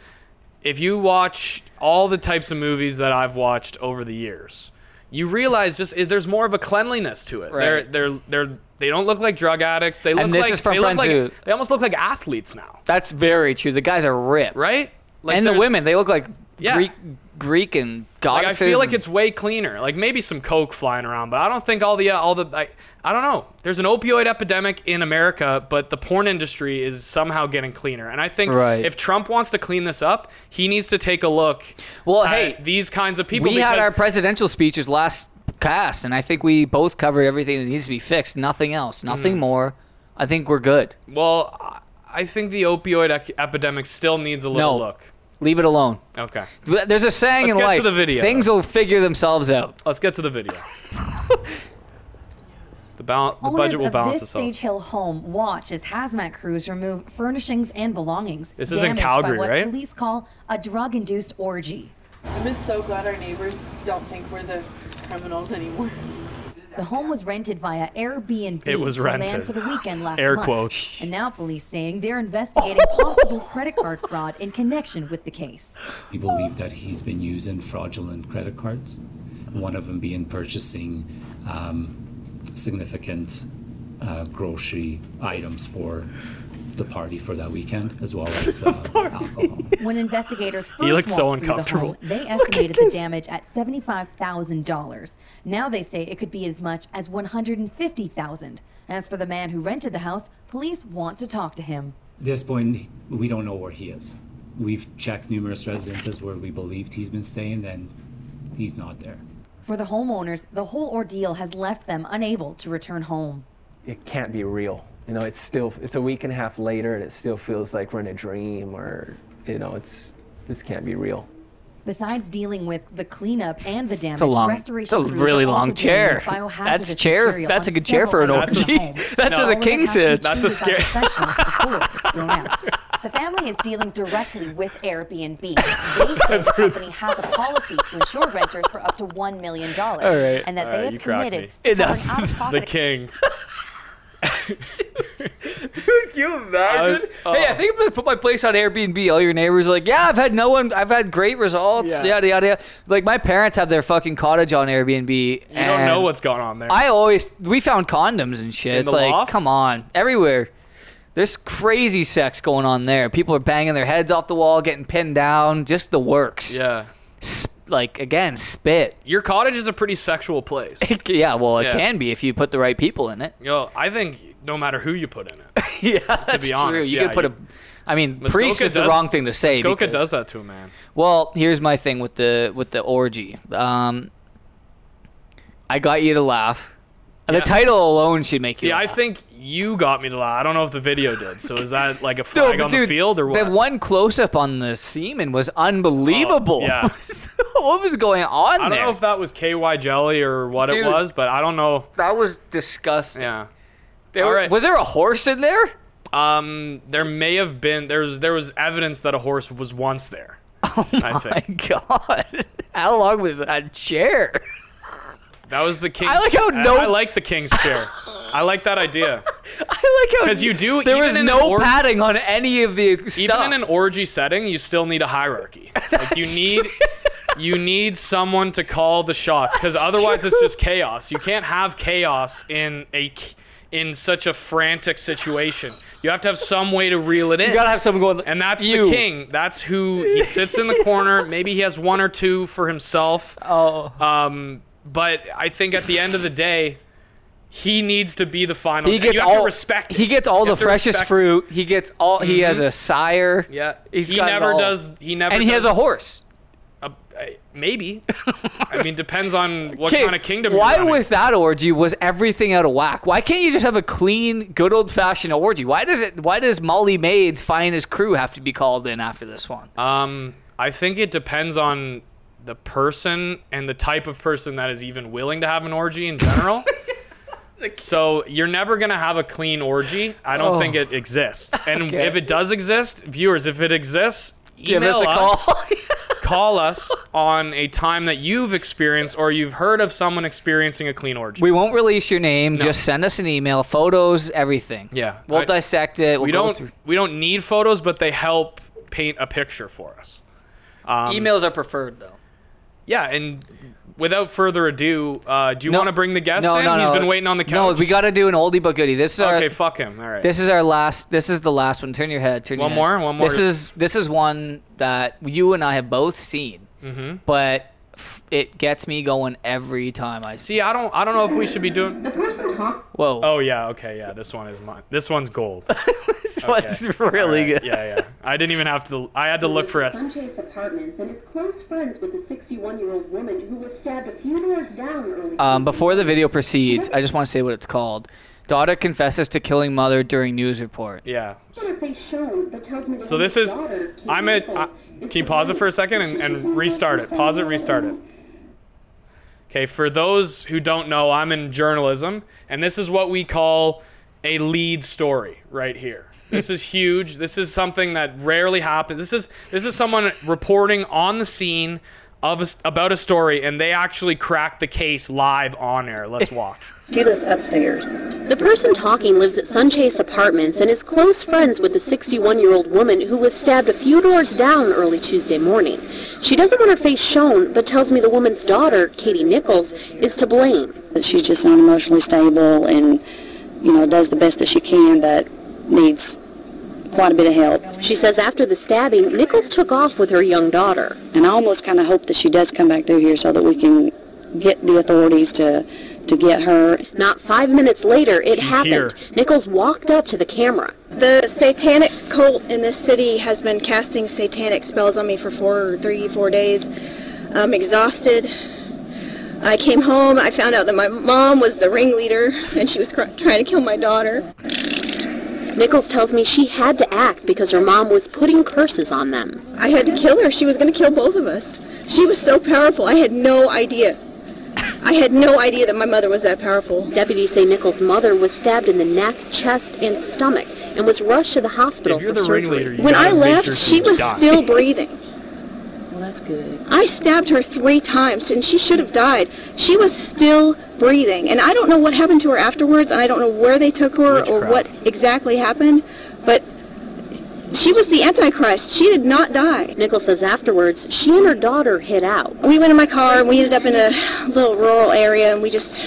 S1: if you watch all the types of movies that I've watched over the years, you realize just eh, there's more of a cleanliness to it. They're
S3: Right.
S1: they're they're they don't look like drug addicts. They look
S3: And this
S1: like
S3: is from
S1: they look
S3: friends
S1: like
S3: who-
S1: they almost look like athletes now,
S3: That's very true. The guys are ripped,
S1: right? Like
S3: and the
S1: there's-
S3: women, they look like
S1: Yeah.
S3: Greek, Greek and
S1: Like,
S3: goddesses.
S1: I feel like
S3: and-
S1: it's way cleaner. Like maybe some coke flying around, but I don't think all the uh, all the I, I don't know. There's an opioid epidemic in America, but the porn industry is somehow getting cleaner. And I think
S3: Right.
S1: if Trump wants to clean this up, he needs to take a look.
S3: Well,
S1: at
S3: hey,
S1: these kinds of people.
S3: we had
S1: because-
S3: our presidential speeches last cast, and I think we both covered everything that needs to be fixed. Nothing
S1: Mm-hmm.
S3: else, nothing more. I think we're good.
S1: well, I- I think the opioid ec- epidemic still needs a little
S3: No.
S1: look.
S3: Leave it alone.
S1: Okay,
S3: There's a saying
S1: Let's
S3: in
S1: get to
S3: life:
S1: the video.
S3: things will figure themselves out.
S1: let's get to the video. the balance, the
S5: Owners
S1: budget will
S5: of
S1: balance
S5: this
S1: itself.
S5: Sage Hill home watch as hazmat crews remove furnishings and belongings.
S1: This is in
S5: damaged
S1: Calgary,
S5: by what
S1: right?
S5: Police call a drug-induced orgy.
S6: I'm just so glad our neighbors don't think we're the criminals anymore.
S5: The home was rented via Airbnb
S1: It was
S5: to a man
S1: rented.
S5: for the weekend last
S1: Air
S5: month.
S1: quotes.
S5: And now police saying they're investigating possible credit card fraud in connection with the case.
S7: We believe that he's been using fraudulent credit cards, one of them being purchasing um, significant uh, grocery items for the party for that weekend, as well as uh, alcohol.
S5: When investigators first
S1: looked so
S5: walked through the
S1: uncomfortable.
S5: home, they estimated the damage at seventy-five thousand dollars. Now they say it could be as much as one hundred and fifty thousand. As for the man who rented the house, police want to talk to him.
S7: At this point, we don't know where he is. We've checked numerous residences where we believed he's been staying, and he's not there.
S5: For the homeowners, the whole ordeal has left them unable to return home.
S8: it can't be real. You know, it's still it's a week and a half later and it still feels like we're in a dream or you know, it's this can't be real.
S5: Besides dealing with the cleanup and the damage,
S3: It's a long, it's
S5: restoration
S3: a
S5: crews
S3: really
S5: are also
S3: long
S5: dealing
S3: chair.
S5: with biohazardous
S3: That's chair.
S5: material
S3: That's a
S5: on
S3: good chair for an
S5: several
S3: orgy.
S5: items in the home.
S3: That's
S5: All
S3: what
S5: of
S3: the
S5: it
S3: king
S5: has to be
S3: said.
S1: That's a
S5: treated by
S1: scary-
S5: professionals before it's thrown out. The family is dealing directly with Airbnb. They say the company has a policy to insure renters for up to one million dollars,
S3: right.
S5: and that
S1: All
S5: they
S1: right, you
S5: have
S1: cracked
S5: committed
S3: me.
S5: to covering
S3: Enough.
S1: the
S5: out-of-pocket
S1: king.
S3: Dude, can you imagine?
S1: I-
S3: hey, I
S1: oh.
S3: think I'm gonna put my place on Airbnb. All your neighbors are like, yeah, I've had no one. I've had great results.
S1: Yeah.
S3: Yada yada. yada. Like my parents have their fucking cottage on Airbnb.
S1: You don't know what's going on there.
S3: I always we found condoms and shit.
S1: In
S3: it's
S1: the
S3: like,
S1: loft?
S3: come on, everywhere. There's crazy sex going on there. People are banging their heads off the wall, getting pinned down. Just the works.
S1: yeah.
S3: Sp- like again, spit.
S1: Your cottage is a pretty sexual place.
S3: yeah. Well, it
S1: Yeah.
S3: can be if you put the right people in it.
S1: Yo, I think no matter who you put in it,
S3: yeah, that's
S1: be
S3: true.
S1: honest,
S3: You
S1: yeah,
S3: could put
S1: you-
S3: a. I mean,
S1: Muskoka
S3: priest is the
S1: does-
S3: wrong thing to say.
S1: Skoka
S3: because-
S1: does that to a man.
S3: Well, here's my thing with the with the orgy. Um, I got you to laugh. And
S1: Yeah.
S3: The title alone should make you.
S1: Yeah, I
S3: laugh.
S1: think you got me to lie. I don't know if the video did. So is that like a flag
S3: but
S1: on the field or what?
S3: The one close up on the semen was unbelievable.
S1: Oh, yeah.
S3: what was going on
S1: I don't
S3: there?
S1: know if that was KY jelly or what
S3: Dude.
S1: it was, but I don't know.
S3: that was disgusting.
S1: Yeah.
S3: There
S1: All
S3: were-
S1: right.
S3: Was there a horse in there?
S1: Um, there may have been there's there was evidence that a horse was once there. I
S3: Oh My
S1: think
S3: God. How long was that chair?
S1: that was the king's.
S3: I like how no-
S1: I like the king's chair. I like that idea.
S3: I like how
S1: 'Cause you do-
S3: There
S1: even
S3: was
S1: in an
S3: no
S1: org-
S3: padding on any of the stuff.
S1: Even in an orgy setting, you still need a hierarchy. Like you need you need someone to call the shots because otherwise it's just chaos. You can't have chaos in a c- in such a frantic situation. You have to have some way to reel it in.
S3: you gotta have someone going.
S1: and that's
S3: you.
S1: the king. That's who he sits in the corner. Maybe he has one or two for himself.
S3: Oh.
S1: Um, but I think at the end of the day, he needs to be the final.
S3: He
S1: and
S3: gets
S1: you have
S3: all
S1: to respect.
S3: He
S1: it.
S3: gets all
S1: You
S3: the
S1: have to
S3: freshest
S1: respect it. Mm-hmm.
S3: fruit. He gets all. He has a sire.
S1: Yeah,
S3: He's
S1: he
S3: got it
S1: never
S3: all.
S1: does. He never.
S3: and he has
S1: does-
S3: a horse.
S1: Uh, I- maybe. I mean, depends on what
S3: 'Kay,
S1: kind of kingdom.
S3: Why
S1: you're running.
S3: with that orgy was everything out of whack? Why can't you just have a clean, good old fashioned orgy? Why does it? Why does Molly Maid's finest crew have to be called in after this one?
S1: Um, I think it depends on the person and the type of person that is even willing to have an orgy in general. so you're never gonna have a clean orgy. I don't think it exists. And
S3: Oh. Okay.
S1: if it does exist, viewers, if it exists,
S3: Give us a
S1: email
S3: call.
S1: call us on a time that you've experienced or you've heard of someone experiencing a clean orgy.
S3: we won't release your name. Just send us an email, photos, everything.
S1: Yeah,
S3: we'll
S1: I-
S3: dissect it. We'll
S1: we
S3: go
S1: don't
S3: through-
S1: we don't need photos, but they help paint a picture for us. um,
S3: Emails are preferred though.
S1: Yeah, and without further ado, uh, do you want to bring the guest
S3: no,
S1: in?
S3: No,
S1: He's
S3: no.
S1: been waiting on the
S3: No,
S1: couch.
S3: we got to do an oldie but goodie. This is our
S1: Okay, fuck him. All right.
S3: This is our last. This is the last one. Turn your head. Turn your
S1: One
S3: head.
S1: more, one more.
S3: This is this is one that you and I have both seen, mm-hmm. but f- it gets me going every time I see.
S1: See, I don't I don't know if we should be doing
S3: Whoa!
S1: Oh yeah, okay, yeah. This one is mine. This one's gold.
S3: this one's really
S1: Alright,
S3: good.
S1: Yeah, yeah. I didn't even have to I had to look for
S9: lives
S1: us.
S9: at Sanchez Apartments and is close friends with the 61-year-old woman who was stabbed a few doors down early.
S3: Um, before the video proceeds, I just want to say what it's called. Daughter confesses to killing mother during news report.
S1: Yeah.
S9: They showed, but tells me that
S1: So this
S9: his
S1: is
S9: daughter, Kate
S1: I'm at
S9: Nichols,
S1: I-
S9: is
S1: Can you pause it for a second and,
S9: surviving suicide
S1: and restart it?
S9: by
S1: Pause it,
S9: suicide.
S1: restart it. Okay, for those who don't know, I'm in journalism, and this is what we call a lead story right here. This is huge. This is something that rarely happens. This is this is someone reporting on the scene of a s about a story, and they actually cracked the case live on air. Let's watch.
S10: Do this upstairs.
S9: The person talking lives at Sunchase Apartments and is close friends with the 61-year-old woman who was stabbed a few doors down early Tuesday morning. She doesn't want her face shown, but tells me the woman's daughter, Katie Nichols, is to blame.
S10: That she's just not emotionally stable and, you know, does the best that she can, but needs quite a bit of help.
S9: She says after the stabbing, Nichols took off with her young daughter.
S10: And I almost kind of hope that she does come back through here so that we can get the authorities to, to get her.
S9: Not five minutes later, it happened.
S1: here.
S9: Nichols walked up to the camera.
S11: The satanic cult in this city has been casting satanic spells on me for four, three, four days. I'm exhausted. I came home. I found out that my mom was the ringleader, and she was cr- trying to kill my daughter.
S9: Nichols tells me she had to act because her mom was putting curses on them.
S11: I had to kill her. She was going to kill both of us. She was so powerful. I had no idea. I had no idea that my mother was that powerful.
S9: Deputies say Nichols' mother was stabbed in the neck, chest, and stomach and was rushed to the hospital
S1: If you're
S9: for
S1: the
S9: surgery.
S1: ringleader, you
S11: When
S1: gotta
S11: I
S1: make
S11: left,
S1: sure
S11: she was
S1: done.
S11: still breathing.
S10: Well, that's good.
S11: I stabbed her three times, and she should have died. She was still breathing, and I don't know what happened to her afterwards, and I don't know where they took her or what exactly happened, but she was the Antichrist. She did not die.
S9: Nichols says afterwards, she and her daughter hid out.
S11: We went in my car, and we ended up in a little rural area, and we just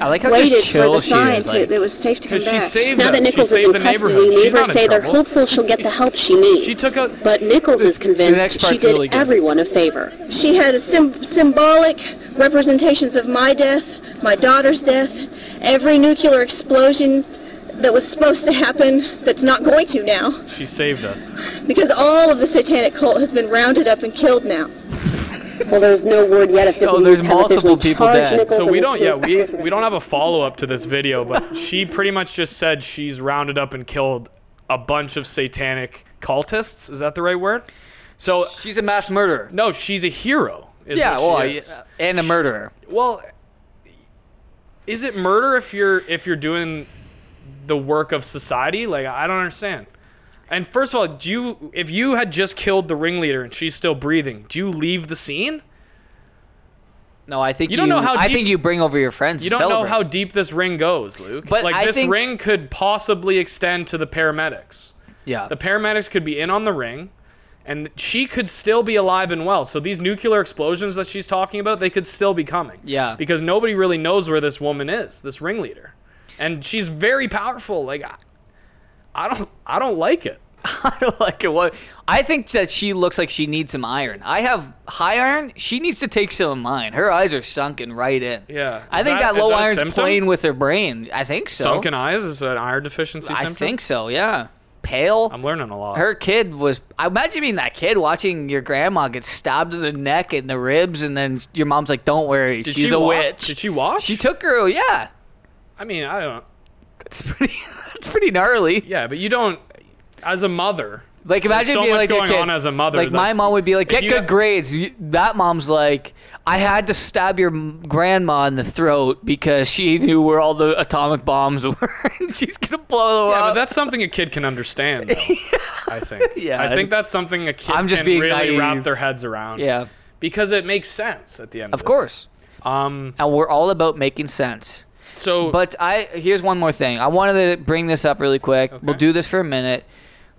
S3: I like how
S11: waited
S3: just
S11: for
S3: chill
S11: the
S3: she
S11: sign
S3: is.
S11: to,
S3: Like,
S11: that it was safe to come
S1: 'Cause she
S11: back.
S1: saved
S9: Now
S1: us.
S9: that Nichols
S1: she
S9: is
S1: saved
S9: in
S1: the
S9: custody,
S1: neighborhood. She's
S9: neighbors
S1: not in
S9: say they're
S1: trouble.
S9: hopeful she'll get the help she needs.
S1: She took out-
S9: But Nichols
S3: This-
S9: is convinced
S3: next part's
S9: she did
S3: really good.
S9: everyone a favor.
S11: She had sym- symbolic representations of my death, my daughter's death, every nuclear explosion that was supposed to happen that's not going to now,
S1: She saved us.
S11: because all of the satanic cult has been rounded up and killed now.
S9: Well, there's no word yet if the
S3: So
S1: Oh,
S9: police
S3: there's
S9: have
S3: multiple
S9: officially
S3: people
S9: charged
S3: dead.
S9: Nichols
S1: So
S9: and
S1: we
S9: his
S1: don't, yeah,
S9: accused
S1: we,
S9: partners.
S1: we don't have a follow up to this video, but she pretty much just said she's rounded up and killed a bunch of satanic cultists. Is that the right word? So
S3: she's a mass murderer.
S1: no, she's a hero. Is
S3: yeah,
S1: what she
S3: well,
S1: is.
S3: yeah, and a murderer.
S1: uh, well, is it murder if you're if you're doing the work of society? Like I don't understand. And first of all, do you if you had just killed the ringleader and she's still breathing, do you leave the scene?
S3: No, I think
S1: You don't know how
S3: I
S1: deep-
S3: think you bring over your friends.
S1: You
S3: to
S1: don't know
S3: celebrate.
S1: how deep this ring goes, Luke.
S3: But
S1: like
S3: I
S1: this
S3: think-
S1: ring could possibly extend to the paramedics.
S3: Yeah.
S1: The paramedics could be in on the ring, and she could still be alive and well. So these nuclear explosions that she's talking about, they could still be coming.
S3: Yeah.
S1: Because nobody really knows where this woman is, this ringleader, and she's very powerful. Like, I, I don't, I don't like it.
S3: I don't like it. What I think that she looks like she needs some iron. I have high iron. She needs to take some of mine. Her eyes are sunken right in.
S1: Yeah.
S3: I
S1: Is
S3: think
S1: that-
S3: that,
S1: is
S3: low
S1: that a
S3: iron's
S1: symptom?
S3: playing with her brain. I think so.
S1: Sunken eyes is an iron deficiency
S3: Oh. I
S1: symptom.
S3: think so. Yeah. pale.
S1: I'm learning a lot.
S3: Her kid was. I imagine being that kid watching your grandma get stabbed in the neck and the ribs, and then your mom's like, "Don't worry,
S1: Did
S3: she's
S1: she
S3: a
S1: wa-
S3: witch."
S1: Did she watch?
S3: She took her. oh, Yeah,
S1: I mean, I don't.
S3: That's pretty. That's pretty gnarly.
S1: Yeah, but you don't. As a mother,
S3: like
S1: there's
S3: imagine
S1: so
S3: being
S1: much
S3: like a
S1: going
S3: kid-
S1: on as a mother.
S3: Like my mom would be like,
S1: if
S3: "Get
S1: you
S3: good
S1: ha-
S3: grades." You- That mom's like, "I had to stab your m- grandma in the throat because she knew where all the atomic bombs were, and she's gonna blow them
S1: Yeah,
S3: up."
S1: but that's something a kid can understand. Though, I think.
S3: Yeah,
S1: I
S3: I-
S1: think that's something a kid
S3: I'm just
S1: can
S3: being
S1: really wrap
S3: naive.
S1: their heads around.
S3: Yeah.
S1: Because it makes sense at the end.
S3: Of course.
S1: Um,
S3: and we're all about making sense.
S1: So,
S3: but I here's one more thing. I wanted to bring this up really quick. We'll do this for a minute,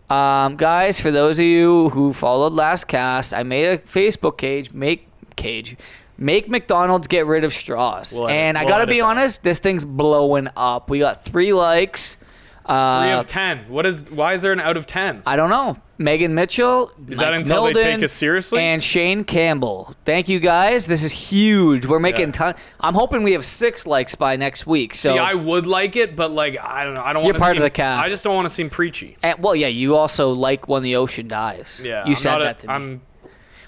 S3: um, guys. For those of you who followed last cast, I made a Facebook page. Make cage. Make McDonald's get rid of straws.
S1: We'll edit-
S3: and I
S1: we'll
S3: gotta
S1: edit
S3: be
S1: that.
S3: honest, this thing's blowing up. We got three likes. Uh,
S1: Three of ten. What is? Why is there an out of ten?
S3: I don't know. Megan Mitchell.
S1: Is that
S3: Mike
S1: until they
S3: Milden,
S1: take us seriously?
S3: And Shane Campbell. Thank you guys. This is huge. We're making
S1: Yeah.
S3: ton. I'm hoping we have six likes by next week. So
S1: See, I would like it, but like I don't know. I don't.
S3: You're
S1: wanna
S3: part of
S1: seem-
S3: the cast.
S1: I just don't want to seem preachy.
S3: And, well, yeah, you also like when the ocean dies.
S1: Yeah.
S3: you
S1: I'm
S3: said
S1: not a-
S3: that to me.
S1: I'm-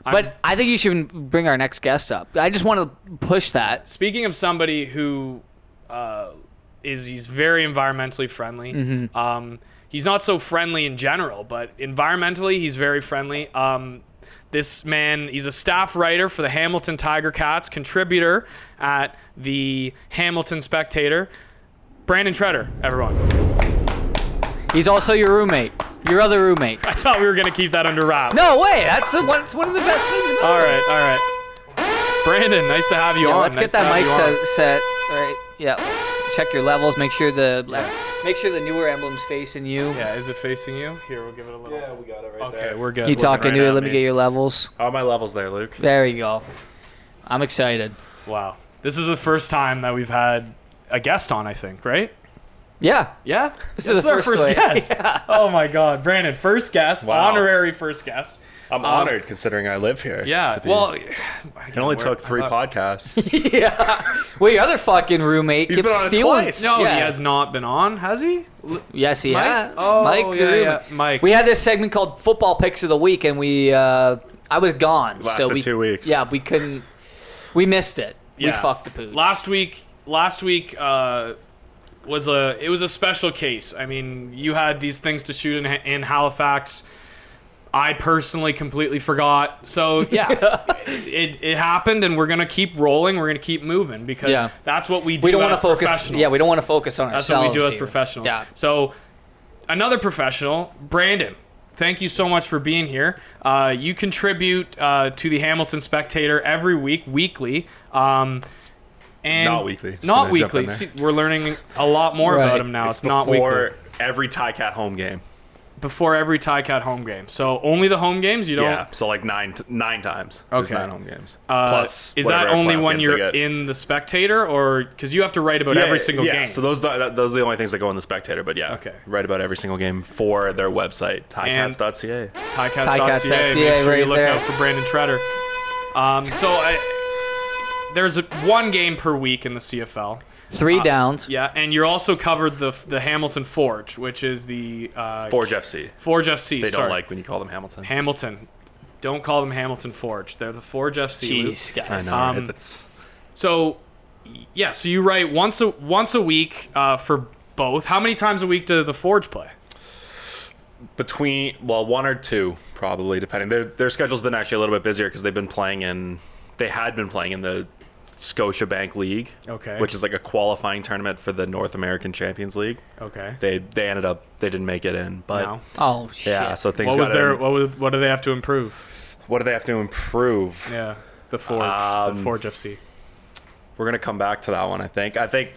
S1: I'm-
S3: but I think you should bring our next guest up. I just want to push that.
S1: Speaking of somebody who uh, is he's very environmentally friendly.
S3: Mhm.
S1: Um, he's not so friendly in general, but environmentally he's very friendly. Um, this man, he's a staff writer for the Hamilton Tiger Cats, contributor at the Hamilton Spectator. Brandon Treader, everyone.
S3: He's also your roommate, your other roommate.
S1: I thought we were gonna keep that under wraps.
S3: No way. That's the one. It's one of the best things. About
S1: All right, all right. Brandon, nice to have you
S3: Yeah,
S1: on.
S3: Let's
S1: Nice
S3: get
S1: to
S3: that
S1: have
S3: mic
S1: you on.
S3: set, set. All right. Yeah. Check your levels. Make sure the make sure the newer emblem's facing you.
S1: Yeah. Is it facing you? Here, we'll give it a little. Yeah,
S11: we got it right
S1: okay, we're good.
S3: You
S1: It's working
S3: talking to
S1: right
S3: it?
S1: now,
S3: Let me
S1: man.
S3: get your levels.
S11: All my levels there, Luke.
S3: There you go. I'm excited.
S1: Wow. This is the first time that we've had a guest on, I think, right?
S3: Yeah.
S1: Yeah.
S3: This
S1: This
S3: is the
S1: our
S3: first
S1: first
S3: way.
S1: guest. Oh my God, Brandon, first guest, honorary first guest.
S11: I'm
S1: Um,
S11: honored considering I live here.
S1: Yeah, Uh,
S11: to be-
S1: well,
S11: it only took three podcasts.
S3: Well, your other fucking roommate
S11: He's
S3: keeps
S11: been on it
S3: stealing.
S11: twice.
S1: No,
S3: Yeah.
S1: he has not been on, has he? L-
S3: Yes, he
S1: Mike?
S3: has.
S1: Oh,
S3: Mike, the
S1: yeah,
S3: roommate.
S1: yeah, Mike.
S3: We had this segment called Football Picks of the Week, and we uh, I was gone, so
S11: Lasted
S3: we
S11: two weeks.
S3: Yeah, we couldn't. We missed it.
S1: Yeah.
S3: We fucked the pooch.
S1: Last week, last week uh, was a it was a special case. I mean, you had these things to shoot in, in Halifax. I personally completely forgot. So yeah, it, it happened, and we're gonna keep rolling. We're gonna keep moving because
S3: Yeah.
S1: that's what we do.
S3: We don't
S1: want to
S3: focus. Yeah, we don't want to focus on
S1: That's
S3: ourselves.
S1: what we do as
S3: here.
S1: professionals.
S3: Yeah.
S1: So, another professional, Brandon. Thank you so much for being here. Uh, you contribute uh, to the Hamilton Spectator every week, weekly. Um, and
S11: Not weekly. Just
S1: Not
S11: gonna jump in
S1: weekly.
S11: there.
S1: See, we're learning a lot more about him now. It's, not
S11: before
S1: weekly.
S11: every Ty Cat home game.
S1: Before every Ticat home game. So only the home games. You don't.
S11: Yeah, so like nine nine times. There's
S1: Okay.
S11: nine home games.
S1: Uh,
S11: Plus,
S1: is that
S11: whatever
S1: only
S11: playoff
S1: when
S11: games they
S1: you're
S11: get.
S1: in the Spectator, or because you have to write about
S11: Yeah,
S1: every single
S11: yeah,
S1: game?
S11: So those that, those are the only things that go in the spectator. But yeah, okay. Write about every single game for their website,
S1: And-
S11: tycats.ca.
S1: Tycats.ca. Make sure you look out for Brandon Treader. Um, so I, there's a, one game per week in the CFL.
S3: Three
S1: Uh,
S3: downs.
S1: Yeah, and you're also covered the the Hamilton Forge, which is the uh,
S11: Forge FC.
S1: Forge FC.
S11: They
S1: sorry.
S11: don't like when you call them Hamilton.
S1: Hamilton. Don't call them Hamilton Forge. They're the Forge FC.
S11: Jeez,
S1: Luke.
S11: guys. I know, right? That's-
S1: Um, So, y- yeah. So you write once a once a week uh, for both. How many times a week do the Forge play?
S11: Between well, one or two probably, depending. Their their schedule's been actually a little bit busier because they've been playing in. They had been playing in the Scotiabank League,
S1: Okay.
S11: which is like a qualifying tournament for the North American Champions League.
S1: Okay.
S11: They they ended up they didn't make it in, but
S1: Oh. No.
S3: Oh
S11: yeah. So things
S1: What was
S11: got
S1: their
S11: in.
S1: what was, what do they have to improve?
S11: What do they have to improve?
S1: Yeah, the Forge, the
S11: Um,
S1: Forge FC.
S11: We're gonna come back to that one. I think. I think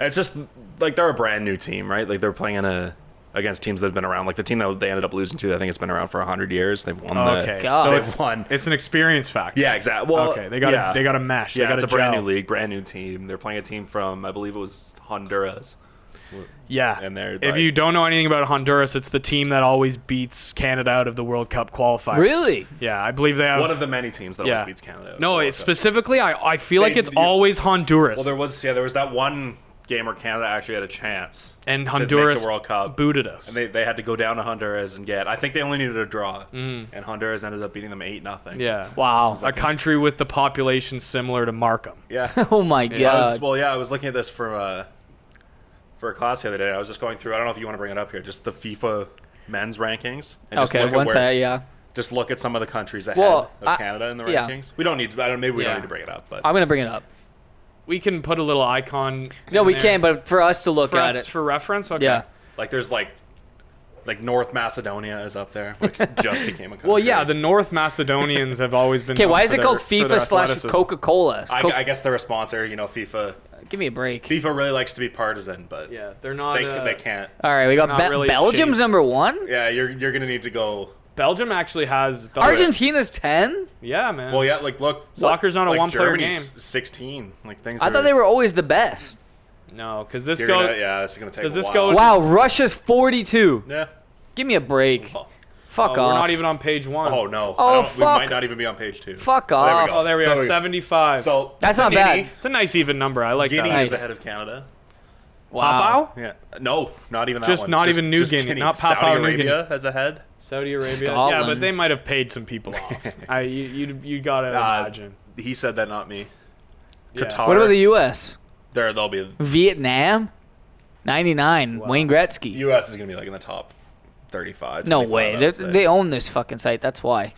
S11: it's just like they're a brand new team, right? Like they're playing in a against teams that have been around. Like the team that they ended up losing to, I think it's been around for hundred years. They've won. the,
S1: okay,
S11: they've
S1: so it's it's an experience factor.
S11: Yeah, exactly. Well,
S1: okay, they got
S11: yeah.
S1: a, they got a mesh.
S11: Yeah,
S1: they got
S11: it's
S1: a,
S11: a brand
S1: gel.
S11: new league, brand new team. They're playing a team from, I believe it was Honduras.
S1: Yeah,
S11: and they're
S1: If
S11: like-
S1: you don't know anything about Honduras, it's the team that always beats Canada out of the World Cup qualifiers.
S11: Really?
S1: Yeah, I believe they have
S11: one of the many teams that always beats Canada.
S1: No, it's specifically, I I feel like
S11: They-
S1: it's always Honduras.
S11: Well, there was yeah, there was that one game where Canada actually had a chance
S1: And
S11: to make
S1: Honduras
S11: the World Cup
S1: booted us.
S11: and they, they had to go down to Honduras and get. I think they only needed a draw, and Honduras ended up beating them eight nothing.
S1: Mm. Yeah. Wow. A country with the population similar to Markham.
S11: Yeah.
S3: oh my
S11: Yeah, I
S1: Uh,
S11: was- well, yeah, I was looking at this for uh, for a class the other day. I was just going through. I don't know if you want to bring it up here. Just the FIFA men's rankings. And just
S3: Okay,
S11: look at
S3: once
S11: where-
S3: I- yeah.
S11: Just look at some of the countries ahead
S3: Well,
S11: of
S3: I-
S11: Canada in the
S3: yeah.
S11: rankings. We don't need. I don't. Maybe we
S1: Yeah.
S11: don't need to bring it up, but
S3: I'm gonna bring it up.
S1: We can put a little icon.
S3: No,
S1: in
S3: we
S1: there.
S3: can, but for us to look
S1: For
S3: at
S1: us-
S3: it.
S1: for reference. Okay.
S3: Yeah.
S11: like there's like like North Macedonia is up there. Like just became a country.
S1: Well, yeah, the North Macedonians have always been.
S3: Okay,
S1: known
S3: why is
S1: for
S3: it
S1: their-
S3: called
S1: for
S3: FIFA
S1: their
S3: slash
S1: athleticism.
S3: Coca Cola?
S11: I, I guess they're a sponsor. You know, FIFA.
S3: Give me a break.
S11: FIFA really likes to be partisan, but yeah,
S1: they're not,
S11: They,
S1: uh,
S11: they can't.
S3: All right, we got
S1: Not
S3: Be-
S1: really
S3: Belgium's
S1: shitty.
S3: number one.
S11: Yeah, you're you're gonna need to go.
S1: Belgium actually has.
S3: Argentina's ten.
S1: Yeah, man.
S11: Well, yeah, like look,
S1: Soccer's not a
S11: like
S1: one-player
S11: Germany's Sixteen, like things.
S3: I
S11: are-
S3: thought they were always the best.
S1: No, because this
S11: you're
S1: go.
S11: gonna- yeah, this is gonna take.
S1: does
S11: a
S1: this
S11: while.
S1: go-
S3: Wow, Russia's forty-two.
S11: Yeah.
S3: Give me a break.
S1: Oh,
S3: Fuck
S1: We're
S3: off.
S1: not even on page one.
S11: Oh no.
S3: Oh,
S11: I don't- We might
S3: fuck.
S11: not even be on page two.
S3: Fuck
S11: Oh,
S3: off.
S11: go.
S1: Oh, there we
S11: So
S1: are.
S11: we-
S1: Seventy-five.
S11: So
S3: That's not
S11: Guinea-
S3: bad.
S1: It's a nice even number. I like
S11: Guinea
S1: that.
S11: is ahead of Canada.
S3: Wow.
S11: uh, Yeah. No, not even that
S1: Just
S11: one.
S1: not even New Guinea, not Papua
S11: Saudi
S1: New
S11: Arabia
S1: Guinea.
S11: has a head.
S1: Saudi Arabia. Yeah, but
S3: Scotland.
S1: they might have paid some people off. I, you, you, you gotta
S11: Uh,
S1: imagine.
S11: He said that, not me.
S1: Yeah.
S11: Qatar.
S3: What about the U.S.?
S11: There, they'll be.
S3: Vietnam, ninety-nine. Wayne Gretzky.
S11: U.S. is gonna be like in the top 35.
S3: No
S11: 25, I
S3: way.
S11: would
S3: They're-
S11: say.
S3: They own this fucking site. That's why.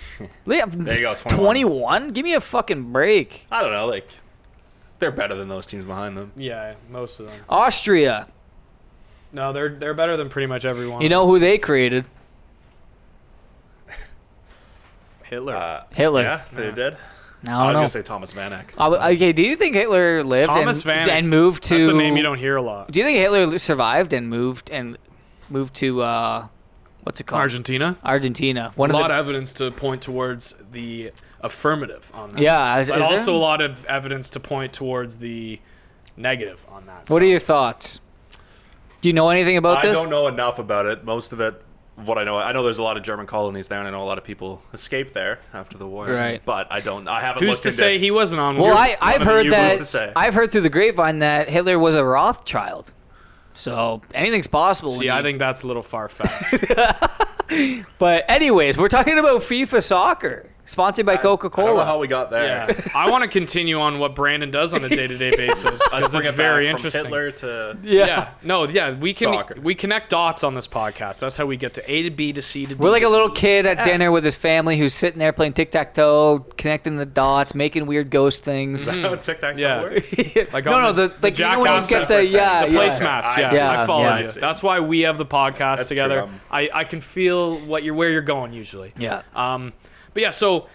S3: there
S11: There you go, 21.
S3: 21? Give me a fucking break.
S11: I don't know. Like, they're better than those teams behind them.
S1: Yeah, most of them.
S3: Austria.
S1: No, they're they're better than pretty much everyone.
S3: You know who they created?
S1: Hitler.
S3: Hitler.
S11: Uh, Yeah, they did.
S3: No,
S11: I was
S3: no.
S11: gonna say Thomas Vanek.
S3: I w- okay, do you think Hitler lived
S1: Thomas
S3: and,
S1: Vanek.
S3: and moved to?
S1: That's a name you don't hear a lot.
S3: Do you think Hitler survived and moved and moved to uh, what's it called?
S1: Argentina.
S3: Argentina. One
S1: a
S3: of
S1: lot
S3: the,
S1: of evidence to point towards the affirmative on that.
S3: Yeah, is-
S1: but
S3: is there?
S1: also a lot of evidence to point towards the negative on that.
S3: What are your thoughts? Do you know anything about
S11: I
S3: this?
S11: don't know enough about it. Most of it, what I know, I know there's a lot of German colonies there, and I know a lot of people escaped there after the war.
S3: Right.
S11: But I don't. I haven't.
S1: Who's
S11: looked
S1: to
S11: into-
S1: say he wasn't on?
S3: Well,
S1: one?
S3: I, I've
S11: of the
S3: heard
S11: Who's to say?
S3: that I've heard through the grapevine that Hitler was a Rothschild. So anything's possible. when
S1: See, I
S3: you-
S1: think that's a little far fetched.
S3: But anyways, we're talking about FIFA soccer, sponsored by Coca
S11: I don't know
S3: Cola.
S11: how we got there.
S1: yeah, I want to continue on what Brandon does on a day-to-day basis because
S11: Bring
S1: it's
S11: it
S1: very
S11: back
S1: interesting.
S11: From Hitler to
S1: Yeah. no, yeah, we can
S11: Soccer.
S1: we connect dots on this podcast. That's how we get to A to B to C to D.
S3: We're like a little kid at
S1: Yeah.
S3: dinner with his family who's sitting there playing tic tac toe, connecting the dots, making weird ghost things.
S11: Is that how Tic Tac
S1: Yeah.
S11: Toe works?
S1: like
S3: No,
S1: on
S3: no, the- like, you know when you
S1: Jackass
S3: get
S1: is
S3: the-
S1: like
S3: yeah,
S1: the
S3: uh, yeah.
S1: placemats, yeah,
S3: Yeah,
S1: I follow
S3: yeah.
S1: you. That's why we have the podcast
S11: That's
S1: together.
S11: true, um,
S1: I I can feel what you're where you're going usually.
S3: Yeah.
S1: Um, but yeah, so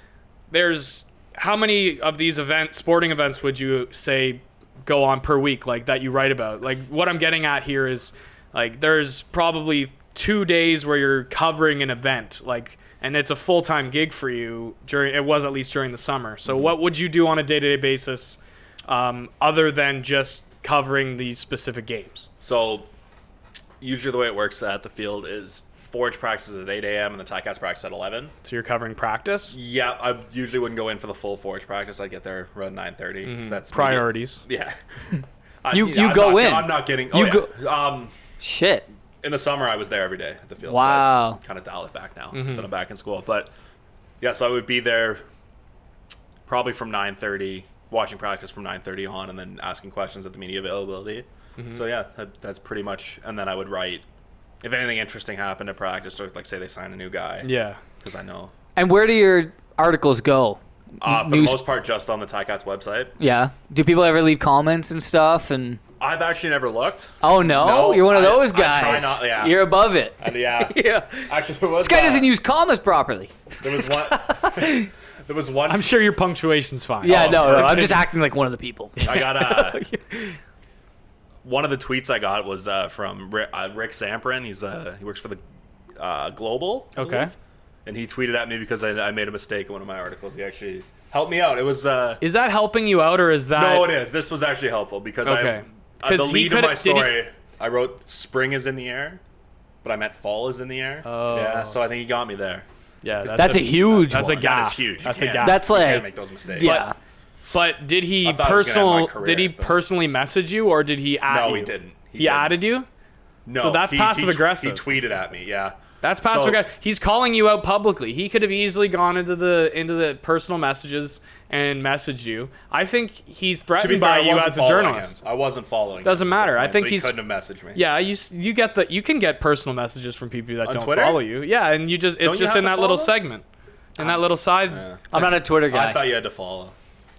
S1: there's how many of these events, sporting events, would you say go on per week, like that you write about? Like what I'm getting at here is like there's probably two days where you're covering an event, like, and it's a full time gig for you during. It was at least during the summer. So what would you do on a day to day basis, um, other than just covering these specific games?
S11: So, usually the way it works at the field is Forge practices at 8 a.m. and the Ticats practice at 11.
S1: So you're covering practice.
S11: Yeah, I usually wouldn't go in for the full Forge practice. I'd get there around 9:30. So that's maybe-
S1: Priorities.
S11: Yeah. I-
S3: You- you
S11: I'm
S3: go
S11: not-
S3: in.
S11: I'm not getting. Oh,
S3: You
S11: yeah. Um,
S3: Shit.
S11: in the summer I was there every day at the field.
S3: Wow.
S11: Kind of dial it back now that I'm back in school, but yeah, so I would be there probably from 9:30, watching practice from 9:30 on, and then asking questions at the media availability. So yeah, that, that's pretty much. And then I would write if anything interesting happened at practice, or like say they sign a new guy.
S1: Yeah.
S11: Because I know.
S3: And where do your articles go?
S11: Uh, for
S3: News- Mm.
S11: the most part, just on the Ticats website.
S3: Yeah. Do people ever leave comments and stuff? And
S11: I've actually never looked.
S3: oh no,
S11: No,
S3: you're one of
S11: I-
S3: those
S11: I try
S3: guys.
S11: not- yeah.
S3: You're above it.
S11: And yeah,
S3: yeah.
S11: actually, there was
S3: This guy
S11: uh,
S3: doesn't use commas properly.
S11: There was one. there was one.
S1: I'm sure your punctuation's fine. Oh,
S3: Yeah, no, no. I'm
S11: continue.
S3: just acting like one of the people.
S11: Oh, I got uh, a. one of the tweets I got was uh, from Rick, uh, Rick Samprin. He's uh, he works for the uh, Global. I
S1: Okay.
S11: believe. And he tweeted at me because I, I made a mistake in one of my articles. He actually helped me out. It was uh,
S1: Is that helping you out, or is that
S11: no, it is. This was actually helpful because
S1: Okay.
S11: I uh, the
S1: 'Cause he
S11: lead of
S1: could've-
S11: my
S1: did he-
S11: story. I wrote spring is in the air, but I meant fall is in the air.
S1: Oh.
S11: Yeah, so I think he got me there.
S1: Yeah,
S3: That's a huge
S1: That's a
S3: one.
S1: guy.
S11: That is huge. You
S1: That's a
S11: can't-
S1: guy.
S3: That's
S11: you can't
S3: like-
S11: make those mistakes.
S3: Yeah.
S1: But did he
S11: I thought it was gonna end my
S1: personal?
S11: career,
S1: did he
S11: but-
S1: personally message you, or did he add
S11: No,
S1: you?
S11: he didn't.
S1: He,
S11: He didn't.
S1: added you.
S11: No,
S1: So that's
S11: he- he
S1: passive
S11: tw- he
S1: aggressive.
S11: tweeted at me. Yeah.
S1: That's passive
S11: So-
S1: aggressive. He's calling you out publicly. He could have easily gone into the into the personal messages and messaged you. I think he's
S11: To be
S1: threatened
S11: fair,
S1: by
S11: I
S1: you
S11: wasn't
S1: as a
S11: following
S1: journalist.
S11: him. I wasn't following.
S1: Doesn't
S11: him at
S1: matter.
S11: the
S1: I
S11: time,
S1: think
S11: so
S1: he's
S11: he couldn't have messaged me.
S1: Yeah, you s- you get the you can get personal messages from people that
S11: On
S1: don't
S11: Twitter?
S1: follow you. Yeah, and you just it's
S11: Don't you
S1: just in
S11: have to
S1: that little
S11: follow? Ah.
S1: segment, in that little side.
S3: I'm not a Twitter guy.
S11: I thought you had to follow.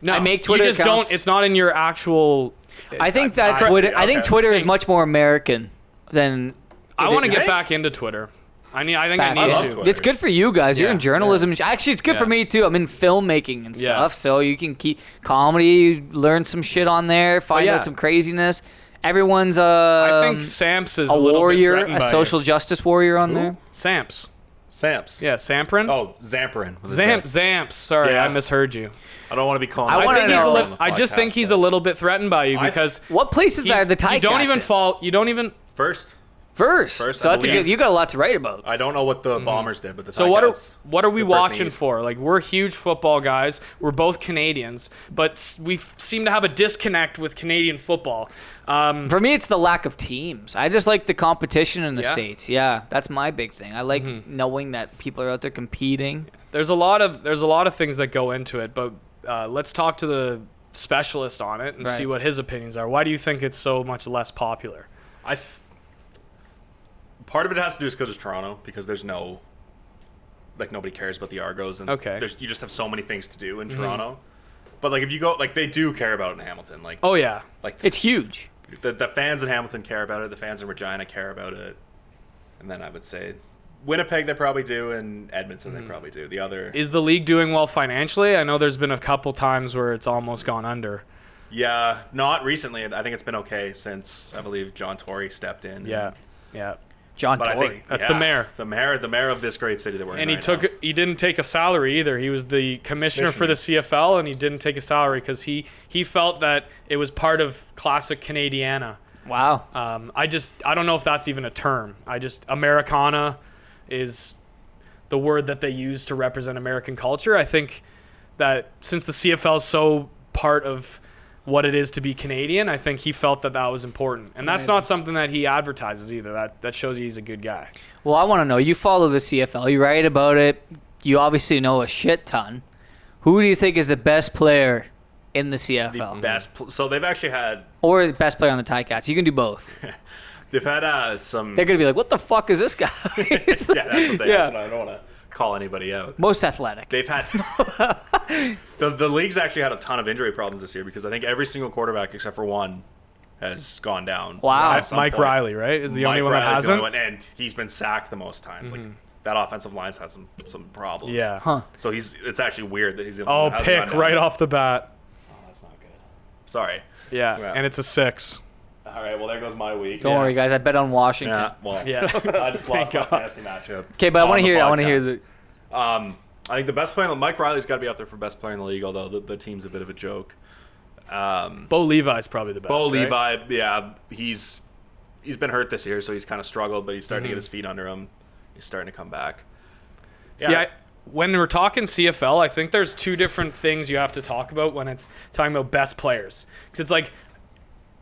S1: No,
S3: I make Twitter
S1: You just
S3: accounts.
S1: don't. It's not in your actual.
S3: I think that
S1: I see,
S3: Twitter. I think
S1: okay.
S3: Twitter is much more American than.
S1: I
S3: it
S1: want to
S3: is-
S1: get back into Twitter. I need. I think I
S3: back
S1: need
S3: in.
S1: to.
S3: It's good for you guys. You're in journalism. Actually, it's good for
S1: Yeah.
S3: me too. I'm in filmmaking and stuff, so you can keep comedy, learn some shit on there, find
S1: yeah.
S3: out some craziness. Everyone's uh.
S1: think Samps is
S3: a
S1: a little bit
S3: warrior,
S1: threatened
S3: a
S1: by
S3: social justice warrior on there.
S1: Samps.
S11: Samps.
S1: Yeah, Samprin.
S11: Oh, Zamperin. with a
S1: Zamp.
S11: Z.
S1: Zamps. Sorry,
S11: Yeah.
S1: I misheard you.
S11: I don't want to be calling.
S1: I,
S11: him.
S1: think he's a
S11: on
S1: li-
S11: the
S1: I just
S11: podcast.
S1: think he's a little bit threatened by you
S11: I-
S1: because
S3: What place is
S1: he's-
S3: that? The
S1: You
S3: Ticats
S1: don't even
S3: in?
S1: fall. You don't even.
S11: First.
S3: First.
S11: First,
S3: so
S11: I
S3: that's a
S11: believe.
S3: good. You got a lot to write about.
S11: I don't know what the bombers did, but the
S1: Mm-hmm. So what are
S11: Ticats-
S1: what are we
S11: the first thing
S1: watching
S11: you-
S1: for? Like we're huge football guys. We're both Canadians, but s- we f- seem to have a disconnect with Canadian football. Um,
S3: For me, it's the lack of teams. I just like the competition in the
S1: Yeah. Mm-hmm.
S3: states. Yeah, that's my big thing. I like knowing that people are out there competing.
S1: there's a lot of there's a lot of things that go into it, but uh, let's talk to the specialist on it and
S3: Right.
S1: see what his opinions are. Why do you think it's so much less popular?
S11: I th- part of it has to do is because it's Toronto because there's no like nobody cares about the Argos and
S1: Okay.
S11: there's, you just have so many things to do in
S1: Mhm.
S11: Toronto. But like if you go like they do care about it in Hamilton like
S1: Oh yeah,
S11: like
S3: it's huge.
S11: The, the fans in Hamilton care about it. The fans in Regina care about it. And then I would say Winnipeg they probably do and Edmonton they probably do. The other
S1: Is the league doing well financially? I know there's been a couple times where it's almost gone under.
S11: yeah not recently. I think it's been okay since I believe John Tory stepped in.
S1: Yeah, yeah.
S3: John
S11: But I think
S1: that's
S11: yeah,
S1: the mayor.
S11: the mayor, the mayor of this great city that we're in.
S1: and he
S11: right
S1: took
S11: now.
S1: he didn't take a salary either. He was the commissioner for the CFL, and he didn't take a salary because he he felt that it was part of classic Canadiana.
S3: Wow.
S1: Um, I just I don't know if that's even a term. I just Americana is the word that they use to represent American culture. I think that since the CFL is so part of what it is to be Canadian, I think he felt that that was important, and that's
S3: Right.
S1: not something that he advertises either. That that shows he's a good guy.
S3: Well, I want to know. You follow the CFL. You write about it. You obviously know a shit ton. Who do you think is the best player in the CFL,
S11: best. Pl- so they've actually had
S3: or the best player on the Ticats? You can do both.
S11: they've had uh, some.
S3: They're gonna be like, "What the fuck is this guy?" yeah, that's
S11: yeah, that's the thing. That's what I don't want to call anybody out.
S3: Most athletic.
S11: They've had the the league's actually had a ton of injury problems this year because I think every single quarterback except for one has gone down.
S1: Wow.
S11: at some
S1: Mike Riley, right, is the only one that
S11: Riley's the only
S1: hasn't? Mm-hmm.
S11: one, and he's been sacked the most times. Like that offensive line's had some some problems.
S1: Yeah. Huh.
S11: So he's it's actually weird that he's the only
S1: Oh,
S11: one that hasn't
S1: pick
S11: gone down.
S1: right off the bat.
S11: Sorry.
S1: Yeah,
S11: Yeah.
S1: and it's a six.
S11: All right. Well, there goes my week.
S3: Don't worry, guys. I bet on Washington.
S11: Yeah, well,
S3: Yeah.
S11: I just lost my fantasy matchup.
S3: Okay, but I
S11: on
S3: wanna
S11: the
S3: hear- I wanna hear
S11: podcast. Um, I think the best player, in the- Mike Riley's got to be up there for best player in the league. Although the, the team's a bit of a joke. Um,
S1: Bo Levi's probably the best.
S11: Bo
S1: right?
S11: Levi, yeah, he's he's been hurt this year, so he's kind of struggled, but he's starting to
S1: Mhm.
S11: get his feet under him. He's starting to come back.
S1: See, I, when we're talking CFL, I think there's two different things you have to talk about when it's talking about best players. Because it's like,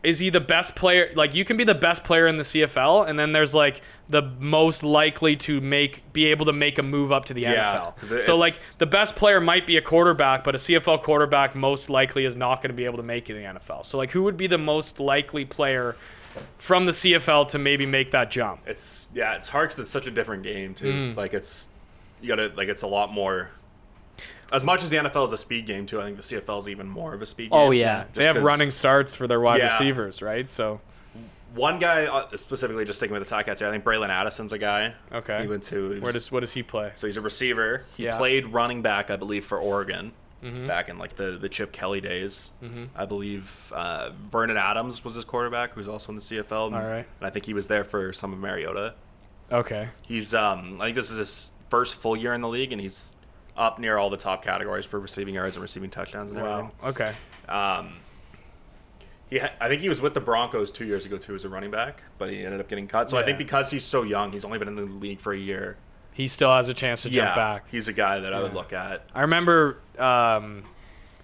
S1: is he the best player? Like, you can be the best player in the CFL, and then there's like the most likely to make be able to make a move up to the
S11: Yeah, 'cause
S1: NFL.
S11: it-
S1: so
S11: it's-
S1: like, the best player might be a quarterback, but a CFL quarterback most likely is not going to be able to make it in the NFL. So like, who would be the most likely player from the CFL to maybe make that jump?
S11: It's yeah, it's hard because it's such a different game too.
S1: Mm.
S11: Like it's you gotta like it's a lot more. As much as the NFL is a speed game too, I think the CFL is even more of a speed game. Just
S1: Oh, they have
S11: 'cause-
S1: running starts for their wide
S11: Yeah.
S1: receivers, right? So
S11: One guy uh, specifically, just sticking with the Ticats here, I think Braylon Addison's a guy.
S1: Okay.
S11: He went to.
S1: Where does- what does he play?
S11: So he's a receiver. He
S1: Yeah.
S11: played running back, I believe, for Oregon
S1: Mhm.
S11: back in like the, the Chip Kelly days.
S1: Mhm.
S11: I believe uh, Vernon Adams was his quarterback, who's also in the CFL. All
S1: right.
S11: And I think he was there for some of Mariota.
S1: okay,
S11: He's um I think this is his first full year in the league, and he's up near all the top categories for receiving yards and receiving touchdowns and
S1: wow,
S11: everything.
S1: okay,
S11: Um, he ha- I think he was with the Broncos two years ago too as a running back, but he ended up getting cut. So I think
S1: Yeah.
S11: because he's so young, he's only been in the league for a year.
S1: he still has a chance to
S11: Yeah,
S1: jump back.
S11: He's a guy that I would
S1: Yeah.
S11: look at.
S1: I remember um,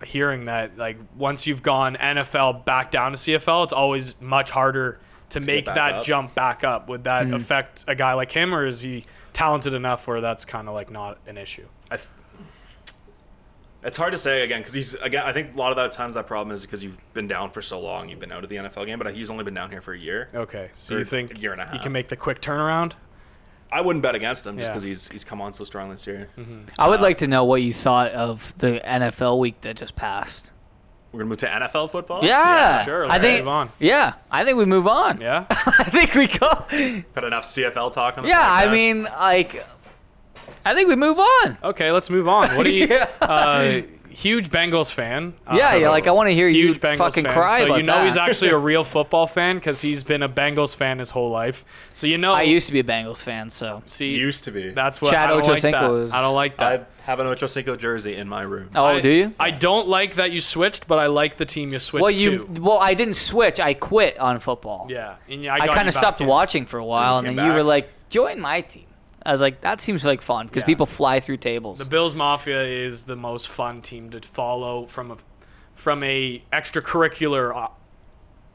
S1: hearing that like once you've gone NFL back down to CFL, it's always much harder to, make
S11: back
S1: that
S11: up.
S1: jump back up. Would that
S11: Mm.
S1: affect a guy like him, or is he talented enough where that's kind of like not an issue?
S11: I th- It's hard to say again because he's again. I think a lot of that times that problem is because you've been down for so long. You've been out of the NFL game, but he's only been down here for a year.
S1: Okay, so
S11: Or
S1: you think
S11: a year and a half?
S1: he can make the quick turnaround?
S11: I wouldn't bet against him just
S1: Yeah. Mm-hmm.
S11: because he's he's come on so strong this year.
S3: I would like to know what you thought of the NFL week that just passed.
S11: We're gonna move to NFL football.
S3: Yeah, I think. Yeah, I think we move on.
S1: Yeah,
S3: I think we go.
S11: Had enough CFL talk on the
S3: Yeah, I
S11: podcast.
S3: mean, like, I think we move on.
S1: Okay, let's move on. What do you?
S3: Yeah.
S1: uh, huge Bengals fan. Uh,
S3: Yeah, yeah, like, I wanna hear you
S1: huge Bengals
S3: fucking
S1: fan.
S3: cry
S1: So
S3: about
S1: you know he's
S3: that.
S1: actually a real football fan because he's been a Bengals fan his whole life. So you know I
S3: used to be a Bengals fan. So
S1: see,
S11: used to be.
S1: That's what I don't like that. I don't like that.
S11: I have an Ochocinco jersey in my room.
S3: Oh,
S1: I- I don't like that you switched, but I like the team you switched
S3: well, you
S1: to.
S3: well, I didn't switch. I quit on football.
S1: Yeah, and yeah, I,
S3: I,
S1: got
S3: kind
S1: you
S3: of
S1: back
S3: stopped
S1: in.
S3: watching for a while, and
S1: came
S3: then you were
S1: back.
S3: like, "Join my team." I was like, "That seems like fun because
S1: Yeah.
S3: people fly through tables."
S1: The Bills Mafia is the most fun team to follow from a from a extracurricular uh,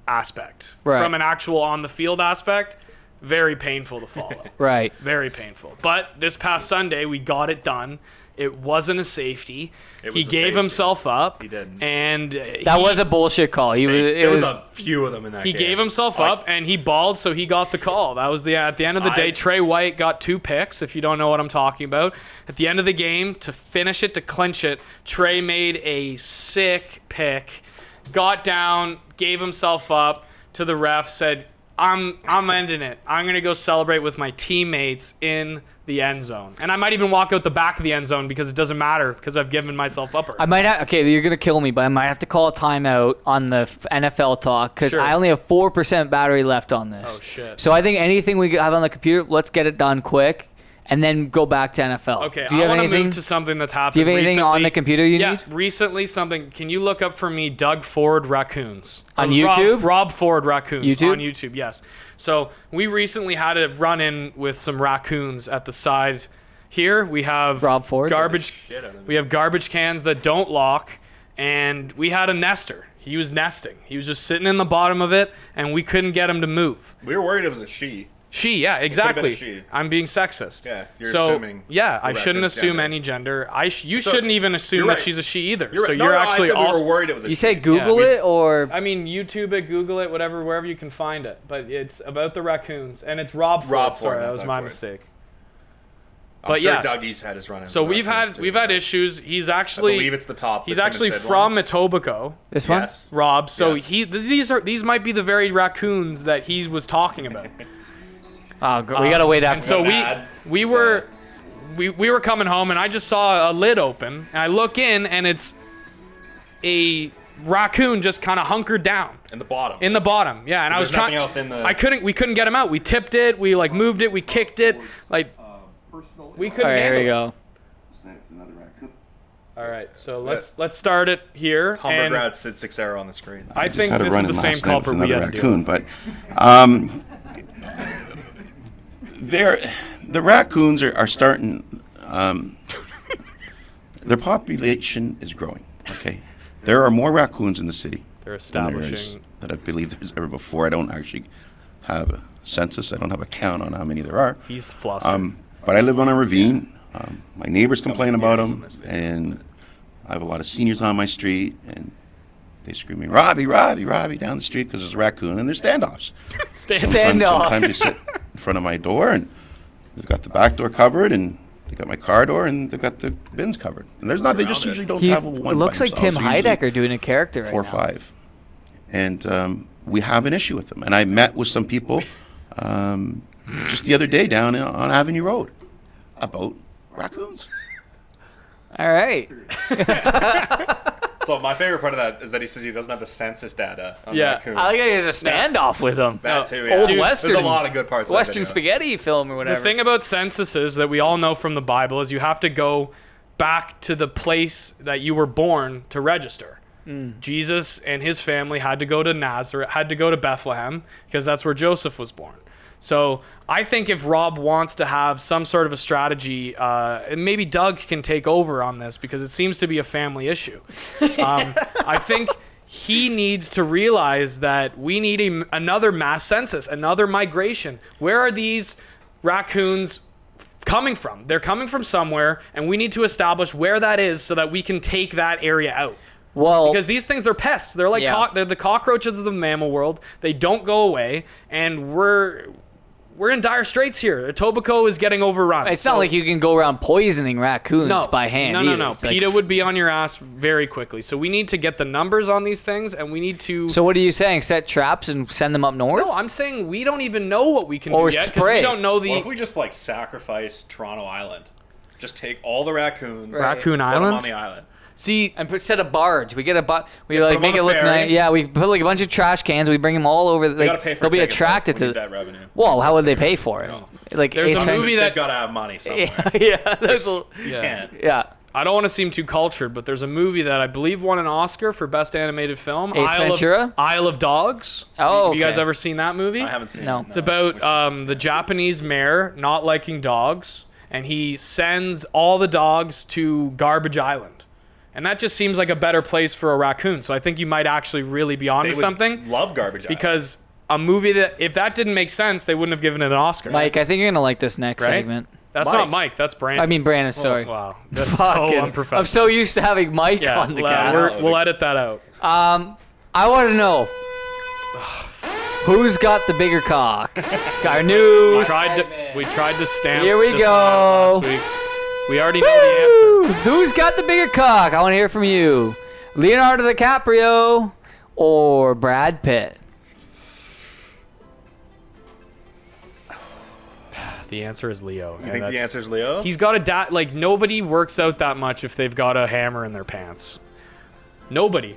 S1: aspect,
S3: Right.
S1: from an actual on the field aspect. Very painful to follow.
S3: right.
S1: Very painful. But this past Sunday, we got it done. It wasn't a safety.
S11: It
S1: he
S11: was a
S1: gave
S11: safety.
S1: himself up.
S11: He did.
S1: And uh,
S3: That
S1: he-
S3: was a bullshit call. You, it
S11: there
S3: was,
S11: was, a few of them in that.
S1: he
S11: game.
S1: gave himself up and he balled, so he got the call. That was the at the end of the day.
S11: I-
S1: Trey White got two picks. If you don't know what I'm talking about, at the end of the game to finish it to clinch it, Trey made a sick pick, got down, gave himself up to the ref, said, "I'm I'm ending it. I'm gonna go celebrate with my teammates in the end zone, and I might even walk out the back of the end zone because it doesn't matter because I've given myself up."
S3: I might have. Okay, you're gonna kill me, but I might have to call a timeout on the f- NFL talk because
S1: Sure.
S3: I only have four percent battery left on this.
S1: Oh, shit.
S3: So I think anything we have on the computer, let's get it done quick, and then go back to NFL.
S1: Okay,
S3: Do you
S1: I
S3: have
S1: want to
S3: anything?
S1: move to something that's happened.
S3: Do you have anything
S1: recently.
S3: on the computer you
S1: yeah,
S3: need?
S1: recently something. Can you look up for me Doug Ford raccoons
S3: On
S1: Or Rob-
S3: YouTube?
S1: Rob, Ford raccoons
S3: YouTube?
S1: on YouTube. Yes. So we recently had a run in with some raccoons at the side. Here we have Rob
S3: Ford
S1: garbage.
S11: Shit out of me.
S1: We have garbage cans that don't lock, and we had a nester. He was nesting. He was just sitting in the bottom of it, and we couldn't get him to move.
S11: We were worried it was a she.
S1: She, yeah,
S11: could've been a
S1: exactly.
S11: she.
S1: I'm being sexist.
S11: Yeah, you're
S1: so,
S11: assuming
S1: Yeah,
S11: the
S1: I shouldn't
S11: reference
S1: assume
S11: gender.
S1: any gender. I sh- you
S11: So-
S1: shouldn't even assume
S11: you're
S1: that
S11: right.
S1: she's a she either.
S11: You're
S1: so
S11: right. No,
S1: you're
S11: no, I
S1: actually
S11: said we were
S1: also
S11: worried it was a
S3: You say Google it or
S1: I mean, YouTube it, Google it, whatever, wherever you can find it. But it's about the raccoons, and it's Rob. Ford.
S11: Rob Ford,
S1: Sorry,
S11: not
S1: that was
S11: Doug
S1: my
S11: Ford.
S1: mistake.
S11: I'm
S1: but
S11: sure
S1: yeah.
S11: Dougie's had his run in.
S1: So we've had we've had issues. He's actually
S11: believe it's the top, the
S1: He's
S11: Tim and
S1: actually
S11: Sid
S1: from
S11: one.
S1: Etobicoke.
S3: This one?
S11: Yes.
S1: Rob. So
S11: Yes.
S1: he th- these are these might be the very raccoons that he was talking about.
S3: Oh, go- we gotta wait after.
S1: Um, And so we we were we, we were coming home and I just saw a lid open and I look in and it's a raccoon just kind of hunkered down
S11: in the bottom.
S1: in the bottom. Yeah, and I was
S11: Because there's
S1: trying
S11: nothing else in the-
S1: I couldn't we couldn't get him out. We tipped it, we like moved it, we kicked it. Like we couldn't
S3: All right, here
S1: handle
S3: we go.
S1: it. All right. So let's let's start it here
S11: Humber
S1: and
S11: grad Sid Sixera on the screen.
S1: I
S12: just
S1: think
S12: had a
S1: this
S12: run
S1: is
S12: in
S1: the
S12: last
S1: same
S12: night
S1: culprit
S12: with
S1: we
S12: another
S1: had to deal
S12: raccoon, but um, they're, the raccoons are, are starting. Um, their population is growing. Okay, there are more raccoons in the city.
S1: They're
S12: than there is-
S1: establishing-
S12: that I believe there's ever before. I don't actually have a census. I don't have a count on how many there are.
S1: He's flustered.
S12: Um, but I live on a ravine. Um, my neighbors complain about them, and I have a lot of seniors on my street, and they screaming "Robbie, Robbie, Robbie" down the street because there's a raccoon, and there's standoffs.
S3: Stand-
S12: Sometimes- Sometimes they
S3: Standoffs.
S12: sit in front of my door, and they've got the back door covered, and they've got my car door, and they've got the bins covered. And there's not. They just usually don't
S3: He
S12: travel one. by
S3: looks like Tim
S12: themselves. They're usually-
S3: Heidecker doing a character right
S12: four
S3: now.
S12: or five, and um, we have an issue with them. And I met with some people um, just the other day down on Avenue Road about raccoons.
S3: All right.
S11: so my favorite part of that is that he says he doesn't have the census data on
S3: Yeah.
S11: raccoons.
S3: I like how he has a standoff with them.
S11: That
S3: No.
S11: too, yeah.
S3: Old
S11: Dude,
S3: Western-
S11: There's a lot of good parts. of that
S3: Western
S11: video.
S3: spaghetti film or whatever.
S1: The thing about censuses that we all know from the Bible is you have to go back to the place that you were born to register. Jesus and his family had to go to Nazareth, had to go to Bethlehem because that's where Joseph was born. So I think if Rob wants to have some sort of a strategy, uh, and maybe Doug can take over on this because it seems to be a family issue. Um, I think he needs to realize that we need a, another mass census, another migration. Where are these raccoons coming from? They're coming from somewhere, and we need to establish where that is so that we can take that area out.
S3: Well,
S1: because these things, they're pests. They're like
S3: Yeah.
S1: cock they're the cockroaches of the mammal world. They don't go away, and we're we're in dire straits here. Etobicoke is getting overrun.
S3: It's not like you can go around poisoning raccoons by hand.
S1: No, no,
S3: either.
S1: no.
S3: It's like-
S1: PETA would be on your ass very quickly. So we need to get the numbers on these things, and we need to.
S3: so what are you saying? Set traps and send them up north?
S1: no, I'm saying we don't even know what we can
S3: Or
S1: do yet 'cause
S3: spray.
S1: we don't know the.
S11: What if we just like sacrifice Toronto Island? Just take all the raccoons.
S3: Right. Raccoon
S11: put 'em
S3: Island?
S11: on the island.
S1: See,
S3: and put, set a barge. We get a bu- we
S11: Yeah, put
S3: like
S11: 'em
S3: make
S11: on
S3: it
S11: a
S3: look
S11: ferry.
S3: nice. Yeah, we put like a bunch of trash cans. We bring them all over. Like,
S11: gotta pay for
S3: they'll
S11: a
S3: be
S11: ticket, though.
S3: attracted
S11: We
S3: to
S11: need that revenue.
S3: Well, how would they pay for it? Like
S1: There's
S3: Ace
S1: a
S3: Ventura-
S1: movie that
S11: gotta have money somewhere.
S3: yeah, there's a,
S1: you can't.
S3: Yeah.
S1: I don't want to seem too cultured, but there's a movie that I believe won an Oscar for Best Animated Film.
S3: Ace
S1: Isle
S3: Ventura?
S1: Of, Isle of Dogs.
S3: Oh,
S1: Have you guys
S3: okay.
S1: ever seen that movie? I haven't
S3: seen No. it,
S1: It's about um, the Japanese mayor not liking dogs, and he sends all the dogs to Garbage Island. And that just seems like a better place for a raccoon. So I think you might actually really be onto
S11: They would
S1: something.
S11: Love garbage. Island.
S1: Because a movie that, if that didn't make sense, they wouldn't have given it an Oscar.
S3: Mike, I think you're gonna like this next
S1: Right?
S3: segment.
S1: That's not Mike. That's Brandon.
S3: I mean Brandon.
S11: Oh,
S3: Sorry.
S1: wow. That's
S3: Fucking-
S1: so unprofessional.
S3: I'm so used to having Mike
S1: Yeah,
S3: on the
S1: well,
S3: cast.
S1: we're- we'll edit that out.
S3: Um, I want to know who's got the bigger cock. Our new
S1: We tried to, we tried to stamp.
S3: Here we
S1: this one out
S3: go.
S1: last week. We already know
S3: Who's got the bigger cock? I want to hear from you. Leonardo DiCaprio or Brad Pitt?
S1: the the answer is Leo.
S11: You think the answer is Leo?
S1: He's got a da- like nobody works out that much if they've got a hammer in their pants. Nobody.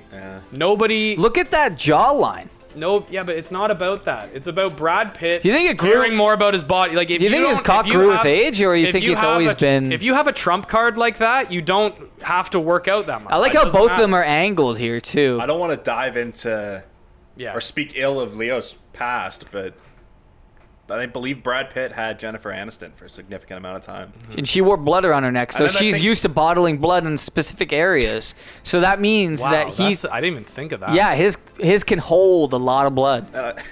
S1: Nobody.
S3: Look at that jawline.
S1: No, yeah, but it's not about that. It's about Brad Pitt.
S3: Do you think it grew-
S1: caring more about his body? Like, if
S3: Do you think his
S1: don't-
S3: cock
S1: if you
S3: grew
S1: have-
S3: with age, or you
S1: if
S3: think it's
S1: have
S3: always
S1: a-
S3: been-
S1: If you have a trump card like that, you don't have to work out that much.
S3: I like
S1: That
S3: how
S1: doesn't
S3: both of
S1: matter.
S3: them are angled here too.
S11: I don't want to dive into
S1: yeah.
S11: or speak ill of Leo's past, but I believe Brad Pitt had Jennifer Aniston for a significant amount of time.
S1: Mm-hmm.
S3: And she wore blood around her neck, so
S11: And then I
S3: she's
S11: think-
S3: used to bottling blood in specific areas. So that means
S1: Wow,
S3: that
S1: that's-
S3: he's
S1: I didn't even think of that.
S3: yeah his his can hold a lot of blood.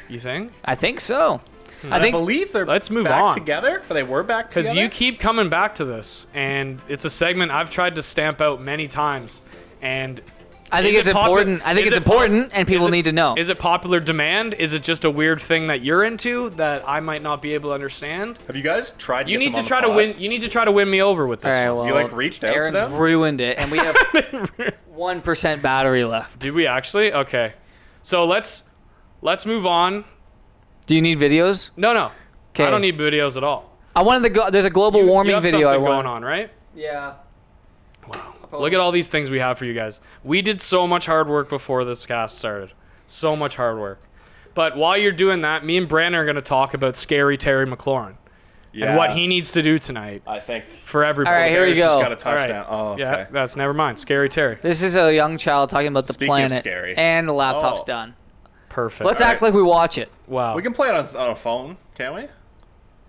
S1: You think?
S3: I think so. I think
S11: believe they're
S1: Let's move
S11: back
S1: on.
S11: together. Or they were back together.
S1: Because you keep coming back to this, and it's a segment I've tried to stamp out many times, and
S3: I think
S1: is
S3: it's
S1: it popu-
S3: important. I think
S1: is
S3: it's
S1: it pop-
S3: important, and people
S1: is it-
S3: need to know.
S1: Is it popular demand? Is it just a weird thing that you're into that I might not be able to understand?
S11: Have you guys tried? to
S1: You
S11: get
S1: need
S11: them
S1: to
S11: on the
S1: try to
S11: pod?
S1: win. You need to try to win me over with
S3: All
S1: this.
S3: right,
S1: one.
S3: well, Aaron's ruined it, and we have one percent battery left.
S1: Did we actually? Okay, so let's let's move on.
S3: Do you need videos?
S1: No, no, I
S3: 'Kay.
S1: don't need videos at all.
S3: I wanted the go- there's a global
S1: You
S3: warming
S1: have
S3: video I
S1: something
S3: want.
S1: going on, right?
S3: Yeah.
S1: Look at all these things we have for you guys. We did so much hard work before this cast started. So much hard work. But while you're doing that, me and Brandon are going to talk about scary Terry McLaurin
S11: Yeah.
S1: and what he needs to do tonight.
S11: I think
S1: for everybody.
S3: All right, here we
S11: Just
S3: go.
S11: got a
S1: All right.
S11: touchdown. Oh, okay.
S1: yeah, that's never mind. Scary Terry.
S3: This is a young child talking about the
S11: Speaking of
S3: planet,
S11: scary.
S3: and the laptop's
S11: Oh.
S3: done.
S1: Perfect.
S3: Let's
S11: All
S3: act
S11: right.
S3: like we watch it.
S1: Wow.
S11: We can play it on, on a phone, can't we?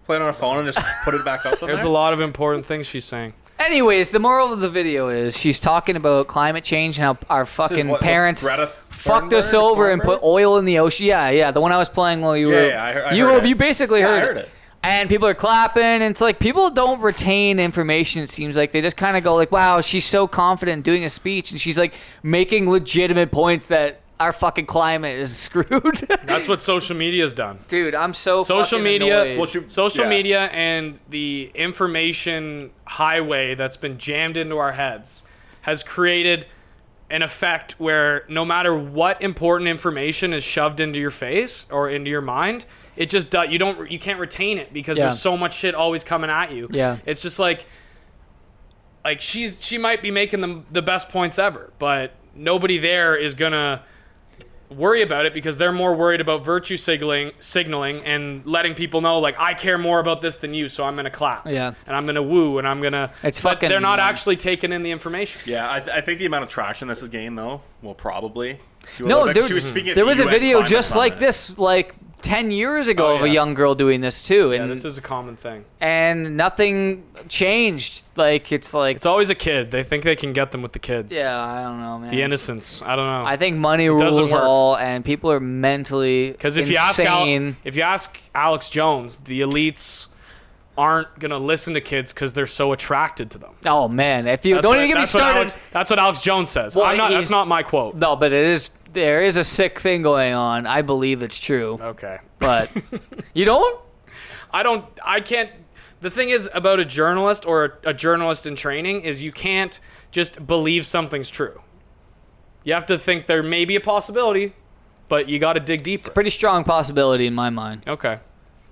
S11: Play it on a phone and just put it back up. on
S1: There's
S11: there?
S1: a lot of important things she's saying.
S3: Anyways, the moral of the video is she's talking about climate change and how our fucking
S11: what- what's
S3: parents
S11: Greta
S3: fucked us
S11: Thunberg?
S3: over and put oil in the ocean. Yeah, yeah, the one I was playing while you
S11: Yeah,
S3: were.
S11: yeah, I heard- I
S3: you
S11: heard
S3: were-
S11: it.
S3: you basically
S11: Yeah, I
S3: heard,
S11: heard it.
S3: And people are clapping, and it's like people don't retain information. It seems like they just kind of go like, "Wow, she's so confident in doing a speech, and she's like making legitimate points that our fucking climate is screwed."
S1: That's what social media's done.
S3: Dude, I'm so
S1: social
S3: fucking
S1: media
S3: annoyed. Well, she-
S1: social
S3: yeah.
S1: media and the information highway that's been jammed into our heads has created an effect where no matter what important information is shoved into your face or into your mind it just do, you don't you can't retain it because
S3: Yeah.
S1: there's so much shit always coming at you
S3: Yeah.
S1: it's just like like she's she might be making the, the best points ever but nobody there is gonna worry about it because they're more worried about virtue signaling signaling and letting people know like I care more about this than you so I'm gonna clap
S3: Yeah.
S1: and I'm gonna woo and I'm gonna
S3: It's
S1: but
S3: fucking-
S1: they're not actually taking in the information
S11: Yeah, I, th- I think the amount of traction this is gaining, though, will probably. do a
S3: No,
S11: little bit.
S3: there,
S11: She was speaking at
S3: there
S11: the
S3: was a
S11: UN
S3: video
S11: climate
S3: just like
S11: summit.
S3: this, like ten years ago of a young girl doing this too,
S1: Oh, Yeah,
S3: and
S1: this is a common thing.
S3: and nothing changed. Like it's like
S1: It's always a kid. They think they can get them with the kids.
S3: Yeah, I don't know, man.
S1: The innocence. I don't know.
S3: I think money
S1: It doesn't
S3: rules
S1: work.
S3: all, and people are mentally
S1: Because if you ask Al- if you ask Alex Jones, the elites aren't gonna listen to kids because they're so attracted to them.
S3: oh man, if you
S1: That's
S3: don't
S1: what-
S3: even get me
S1: that's what
S3: started.
S1: Alex- that's what Alex Jones says.
S3: Well,
S1: I'm not.
S3: he's-
S1: That's not my quote.
S3: No, but it is. There is a sick thing going on. I believe it's true.
S1: Okay.
S3: But you don't.
S1: I don't. I can't. The thing is about a journalist or a, a journalist in training is you can't just believe something's true. You have to think there may be a possibility, but you got to dig deeper.
S3: pretty strong possibility in my mind.
S1: Okay.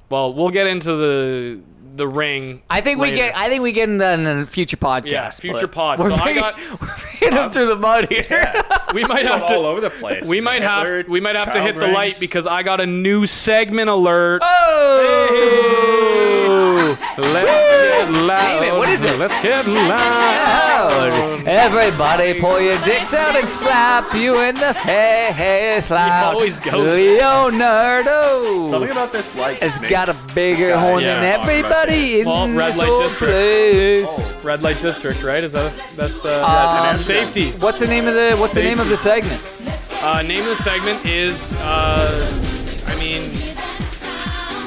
S1: Well, we'll get into the the ring.
S3: I think we
S1: later.
S3: get. I think we get in a, in a future podcast.
S1: Yeah, future
S3: but
S1: pod.
S3: We're
S1: So I
S3: bringing,
S1: got-
S3: we're bringing him through the mud here.
S1: we might have to
S11: all over the place.
S1: We might have
S11: Leopard,
S1: we might have to
S11: child
S1: hit the light
S11: rings.
S1: because I got a new segment alert.
S3: Oh!
S1: Let's get loud.
S3: Name it. What is it?
S1: Let's get loud.
S3: Everybody pull your dicks out and slap you in the face. Loud.
S11: always go there.
S3: Leonardo.
S11: Something about this light.
S3: has
S11: makes-
S3: got a bigger horn
S1: Yeah.
S3: than everybody in
S1: Well, red
S3: this
S1: light
S3: whole
S1: district. Oh.
S3: place.
S1: Red light district, right? Is that that's uh,
S3: Um,
S1: safety?
S3: What's the name of the What's the name of the segment?
S1: Uh, name of the segment is uh, I mean,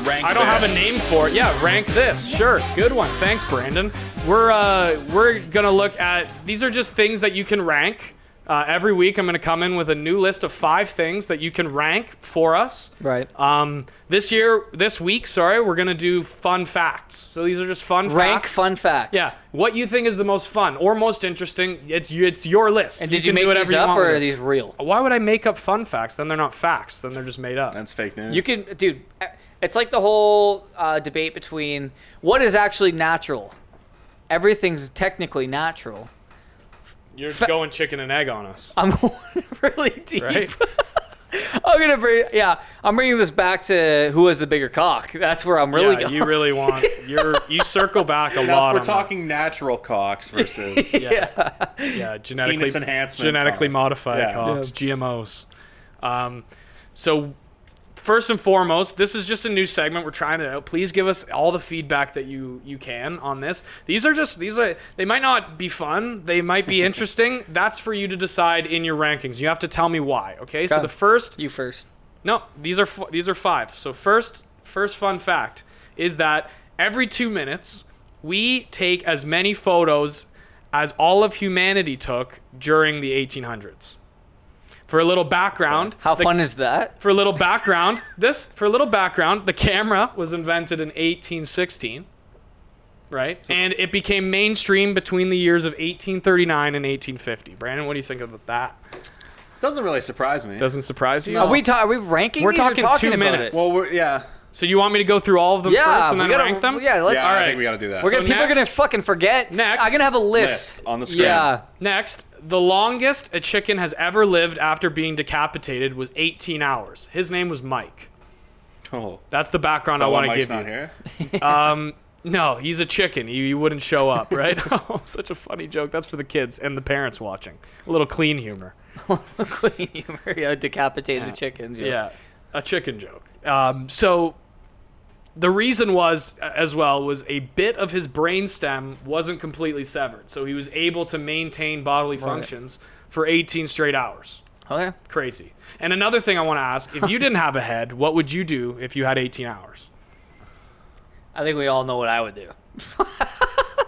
S11: rank.
S1: I don't have a
S11: this.
S1: name for it. Yeah, rank this. Sure, good one. Thanks, Brandon. We're uh, we're gonna look at these are just things that you can rank. Uh, every week, I'm gonna come in with a new list of five things that you can rank for us.
S3: Right.
S1: Um, this year, this week, sorry, we're gonna do fun facts. So these are just fun
S3: Rank
S1: facts.
S3: fun facts.
S1: Yeah, what you think is the most fun or most interesting? It's it's your list.
S3: And did you
S1: can do
S3: make
S1: whatever
S3: these
S1: you
S3: up
S1: want
S3: or
S1: with
S3: are
S1: it. Oh,
S3: these real?
S1: Why would I make up fun facts? Then they're not facts. Then they're just made up.
S11: That's fake news.
S3: You can, dude. eh, It's like the whole uh, debate between what is actually natural. Everything's technically natural.
S1: You're going chicken and egg on us.
S3: I'm going really deep.
S1: Right?
S3: I'm gonna bring. Yeah, I'm bringing this back to who has the bigger cock. That's where I'm really
S1: yeah,
S3: going.
S1: you really want you're you circle back a
S11: Now,
S1: lot.
S11: if we're
S1: on
S11: talking natural cocks versus
S3: yeah.
S1: that. yeah, genetically
S11: Penis enhancement
S1: genetically
S11: cock.
S1: modified
S11: Yeah.
S1: cocks, GMOs. Um, so first and foremost, this is just a new segment. We're trying it out. Please give us all the feedback that you you can on this. These are just these are they might not be fun. They might be interesting. That's for you to decide in your rankings. You have to tell me why. Okay. So
S3: Okay.
S1: the first
S3: You first.
S1: No, these are f- these are five. So first, first fun fact is that every two minutes we take as many photos as all of humanity took during the 1800s. For a little background,
S3: How
S1: the-
S3: fun is that?
S1: For a little background, this for a little background, the camera was invented in 1816, right? and it became mainstream between the years of 1839 and 1850. Brandon, what do you think about that?
S11: doesn't really surprise me.
S1: Doesn't surprise you?
S3: Are we ta- are we ranking?
S1: We're
S3: these or
S1: talking two
S3: about
S1: minutes.
S3: it?
S11: Well, we're, yeah.
S1: So you want me to go through all of them
S3: Yeah,
S1: first and
S3: we
S1: then
S3: gotta-
S1: rank them?
S3: yeah, let's-
S11: yeah,
S1: all
S11: I
S1: right.
S11: think we got to do that.
S3: We're gonna,
S1: so
S3: people are gonna
S1: next-
S3: fucking forget.
S1: next-
S3: I'm gonna have a list.
S11: List on the screen.
S3: Yeah.
S1: Next, the longest a chicken has ever lived after being decapitated was 18 hours. His name was Mike.
S11: Oh.
S1: That's the background I
S11: So
S1: want to
S11: Mike's
S1: give
S11: not
S1: you.
S11: here.
S1: Um, no, he's a chicken. He, he wouldn't show up, right? oh, such a funny joke. That's for the kids and the parents watching. A little clean humor.
S3: Clean humor. Yeah, decapitated chickens.
S1: Yeah. a chicken joke. Um, so the reason was as well was a bit of his brain stem wasn't completely severed, so he was able to maintain bodily functions for 18 straight hours.
S3: Okay.
S1: Crazy. And another thing I want to ask: if you didn't have a head, what would you do if you had 18 hours?
S3: I think we all know what I would do.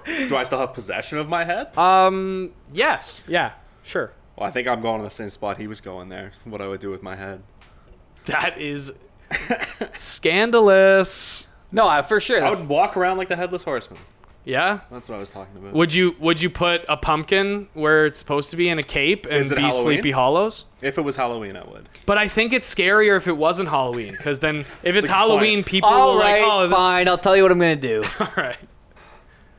S11: Do I still have possession of my head?
S1: Um, yes. Yeah. Sure.
S11: Well, I think I'm going to the same spot he was going there. What I would do with my head.
S1: That is scandalous.
S3: No, I, for sure.
S11: I would walk around like the headless horseman.
S1: Yeah.
S11: That's what I was talking about.
S1: Would you would you put a pumpkin where it's supposed to be in a cape and
S11: Is it
S1: be
S11: Halloween?
S1: Sleepy Hollows?
S11: if it was Halloween, I would.
S1: But I think it's scarier if it wasn't Halloween, because then if it's
S11: a good point.
S1: Halloween, people
S3: all
S1: will
S3: right,
S1: like, oh, this-
S3: fine. I'll tell you what I'm gonna do.
S1: all right.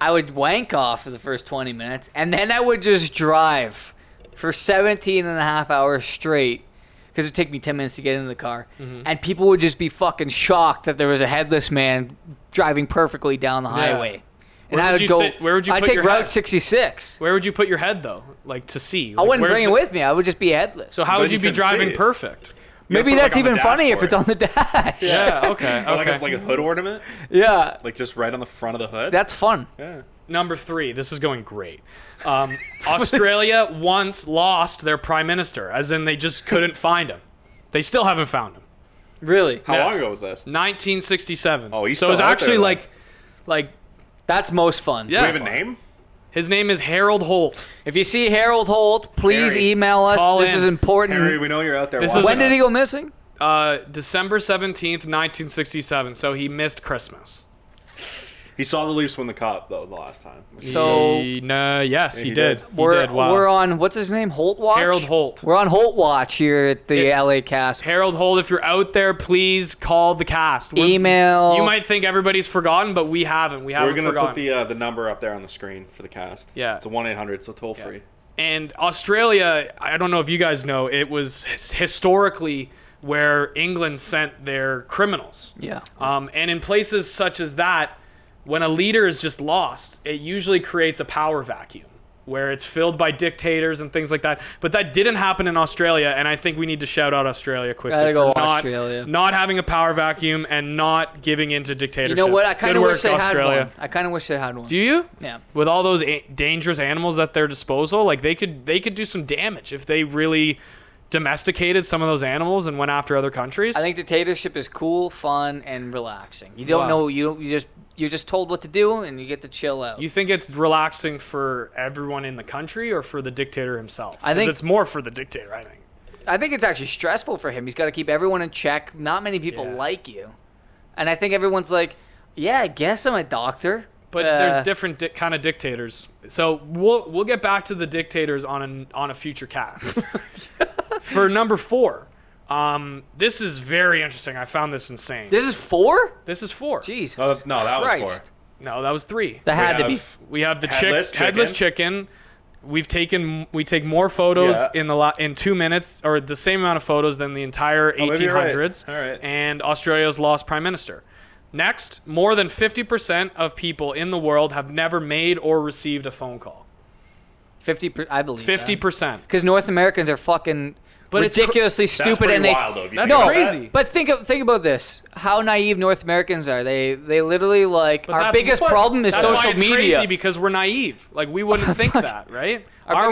S3: I would wank off for the first 20 minutes, and then I would just drive for 17 and a half hours straight, because it'd take me 10 minutes to get into the car,
S1: Mm-hmm.
S3: and people would just be fucking shocked that there was a headless man driving perfectly down the highway. And
S1: Where
S3: I
S1: would
S3: would
S1: you
S3: go.
S1: sit- where would you
S3: I'd
S1: put
S3: take
S1: your
S3: Route
S1: head?
S3: 66.
S1: Where would you put your head though, like to see?
S3: I
S1: Like,
S3: wouldn't
S1: where's
S3: bring
S1: the-
S3: it with me. I would just be headless.
S1: So how
S11: But
S1: would
S11: you
S1: you be
S11: couldn't see
S1: driving
S11: it.
S1: perfect?
S3: Maybe
S11: put it,
S3: that's
S11: like, on
S3: even
S11: the
S3: funny if it's on the dash.
S11: Or Like it's like a hood ornament.
S3: Yeah.
S11: Like just right on the front of the hood.
S3: That's fun.
S11: Yeah.
S1: Number three, this is going great. Um, Australia once lost their prime minister, as in they just couldn't find him. They still haven't found him.
S3: Really?
S11: How long ago was this?
S1: 1967. Oh,
S11: he's
S1: so it was
S11: still out
S1: actually
S11: there,
S1: like, like.
S3: That's most fun.
S11: Do we have a name?
S1: His name is Harold Holt.
S3: If you see Harold Holt, please
S1: Harry.
S3: email us.
S1: Call
S3: this
S1: in.
S3: is important.
S1: Harry, we know you're out there This
S3: This
S1: watching
S3: is
S1: is-
S3: when did he
S1: us.
S3: go missing?
S1: Uh, December 17th, 1967. So he missed Christmas.
S11: He saw the Leafs win the cup though the last time.
S3: So-
S1: He- no, uh, yes,
S11: Yeah,
S1: he,
S11: he
S1: did.
S11: did.
S1: He
S3: We're,
S1: did. Wow.
S3: we're on what's his name? Holt Watch.
S1: Harold Holt.
S3: We're on Holt Watch here at the LA Cast.
S1: Harold Holt, if you're out there, please call the cast. We're-
S3: Email.
S1: You might think everybody's forgotten, but we haven't. We haven't
S11: We're gonna
S1: forgotten.
S11: put the uh, the number up there on the screen for the cast. Yeah. It's a one eight hundred, so toll free.
S1: And Australia, I don't know if you guys know, it was his- historically where England sent their criminals.
S3: Yeah.
S1: Um, and in places such as that, when a leader is just lost, it usually creates a power vacuum where it's filled by dictators and things like that. But that didn't happen in Australia, and I think we need to shout out Australia quickly
S3: Gotta go
S1: for not,
S3: Australia.
S1: not having a power vacuum and not giving in to
S3: You
S1: dictatorship.
S3: know what? I kind
S1: Good
S3: of
S1: work,
S3: wish they
S1: Australia.
S3: had one. I kind of wish they had one.
S1: Do you?
S3: Yeah.
S1: With all those a- dangerous animals at their disposal, like they could they could do some damage if they really domesticated some of those animals and went after other countries.
S3: I think dictatorship is cool, fun, and relaxing. You don't
S1: Wow.
S3: know. You don't. You just. You're just told what to do, and you get to chill out.
S1: you think it's relaxing for everyone in the country or for the dictator himself?
S3: I
S1: 'Cause
S3: think-
S1: it's more for the dictator. I think.
S3: I think it's actually stressful for him. He's got to keep everyone in check. Not many people like you, and I think everyone's like, "Yeah, I guess I'm a doctor."
S1: But
S3: Uh,
S1: there's different di- kind of dictators. So we'll we'll get back to the dictators on an, on a future cast. For number four, um, this is very interesting. I found this insane.
S3: This is four.
S1: This is four.
S3: Jesus.
S11: no, that was
S3: Christ.
S1: four. uh, No, that was three.
S3: That had to be.
S1: We have the
S11: Headless
S1: chick, headless chicken. We've taken we take more photos
S11: Yeah.
S1: in the la- in two minutes or the same amount of photos than the entire
S11: Oh, maybe you're right.
S1: 1800s.
S11: All right.
S1: And Australia's lost prime minister. Next, more than 50% of people in the world have never made or received a phone call.
S3: Fifty. per- I believe.
S1: 50%.
S3: Because North Americans are fucking.
S1: But it's cr-
S3: ridiculously
S1: That's
S3: stupid,
S1: pretty
S3: and they
S1: wild, though, if you think
S3: no,
S1: about that. crazy.
S3: But think of, think about this: how naive North Americans are. They they literally like
S1: But
S3: our
S1: that's-
S3: biggest
S1: but
S3: problem is
S1: that's
S3: social
S1: why it's
S3: media.
S1: crazy because we're naive. Like we wouldn't think that, right?
S3: Our
S1: Our our,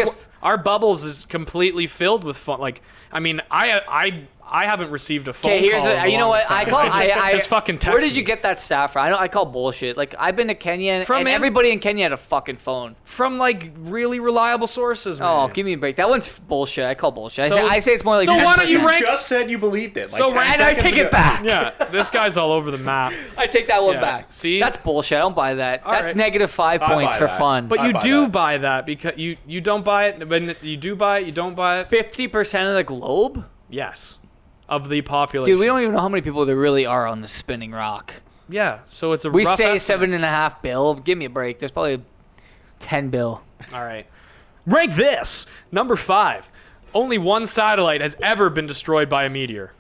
S3: biggest-
S1: bubbles is completely filled with fun. Like I mean, I I I haven't received a phone
S3: Okay, here's
S1: call. in
S3: a,
S1: the
S3: you know what
S1: longest
S3: I
S1: time.
S3: call.
S1: I, just,
S3: I, I
S1: just fucking text.
S3: Where did
S1: me.
S3: you get that staff from? I don't. I call bullshit. Like I've been to Kenya and,
S1: From
S3: and
S1: in-
S3: everybody in Kenya had a fucking phone.
S1: from like really reliable sources? Man.
S3: Oh, give me a break. That one's f- bullshit. I call bullshit. I,
S1: So-
S3: say, I say it's more like.
S1: so why
S3: 10%.
S1: don't you rank-
S11: Just said you believed it. Like
S1: So
S11: 10
S1: rank-
S3: And I
S11: seconds
S3: take
S11: ago.
S3: it back.
S1: Yeah, this guy's all over the map.
S3: I take that one
S1: Yeah.
S3: back.
S1: See?
S3: that's bullshit. I don't buy that. that's
S1: right.
S3: negative five
S1: I
S3: points
S1: buy
S3: for
S1: that.
S3: fun.
S1: But you do buy that because you you don't buy it, but you do buy it. You don't buy it.
S3: Fifty percent of the globe.
S1: Yes, of the population.
S3: Dude, we don't even know how many people there really are on the spinning rock.
S1: Yeah, so it's a
S3: We
S1: rough
S3: say
S1: estimate.
S3: seven and a half bill. Give me a break. There's probably ten bill.
S1: All right. Rank this. Number five. Only one satellite has ever been destroyed by a meteor.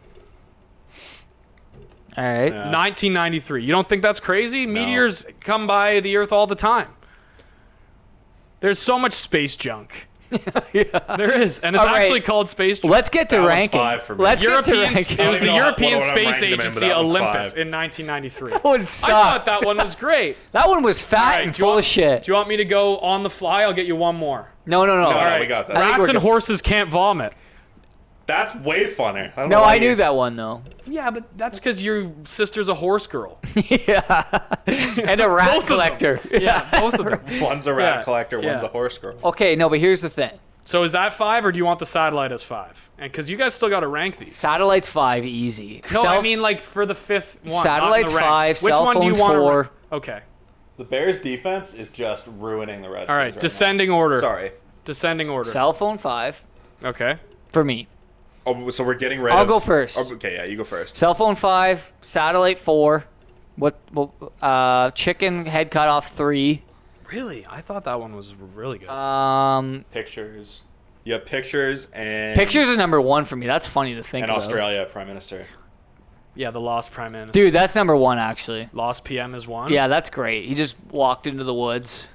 S3: All right.
S1: 1993. You don't think that's crazy? Meteors come by the Earth all the time. There's so much space junk. There is, and it's
S3: All right.
S1: actually called space. Junk.
S3: Let's get to That one's ranking. five for me. Let's get to
S1: European-
S3: ranking.
S1: It was
S3: I don't
S1: the
S3: know
S1: European
S3: what order I'm
S1: Space
S3: ranking them in, but
S1: Agency
S3: that one's
S1: Olympus
S3: five.
S1: in 1993.
S3: That one
S1: I thought
S3: sucked.
S1: that one was great.
S3: That one was fat and full of shit.
S1: Do you want me to go on the fly? I'll get you one more.
S3: No, no, no.
S1: All right.
S3: I think
S1: Rats
S3: we're
S1: and
S3: good.
S1: horses can't vomit.
S11: That's way funner. I don't know
S3: No,
S11: why
S3: I
S11: you-
S3: knew that one though.
S1: Yeah, but that's because your sister's a horse girl.
S3: And a rat collector.
S1: Yeah, both of them.
S11: One's a rat
S1: Yeah,
S11: collector, one's
S1: yeah.
S11: a horse girl.
S3: Okay, no, but here's the thing.
S1: So is that five, or do you want the satellite as five? And because you guys still got to rank these.
S3: Satellite's five, easy.
S1: No, I
S3: Self-
S1: mean like for the fifth one. not in the
S3: Satellite's
S1: rank.
S3: five,
S1: Which
S3: cell
S1: one
S3: phone's
S1: do you want
S3: four.
S1: Okay.
S11: The Bears defense is just ruining the Redskins.
S1: All right.
S11: now.
S1: Descending order.
S11: Sorry.
S1: Descending order.
S3: Cell phone five
S1: Okay.
S3: for me.
S11: Oh, so we're getting rid
S3: I'll
S11: of-
S3: go first.
S11: Oh, okay, yeah, you go first.
S3: Cell phone five, satellite four, what? what- Uh, chicken head cut off three.
S1: Really? I thought that one was really good.
S3: Um,
S11: Pictures. You have pictures and
S3: pictures is number one for me. That's funny to think
S11: and
S3: about.
S11: Australia prime minister.
S1: yeah, the lost prime minister.
S3: Dude, that's number one actually.
S1: Lost PM is one.
S3: Yeah, that's great. He just walked into the woods.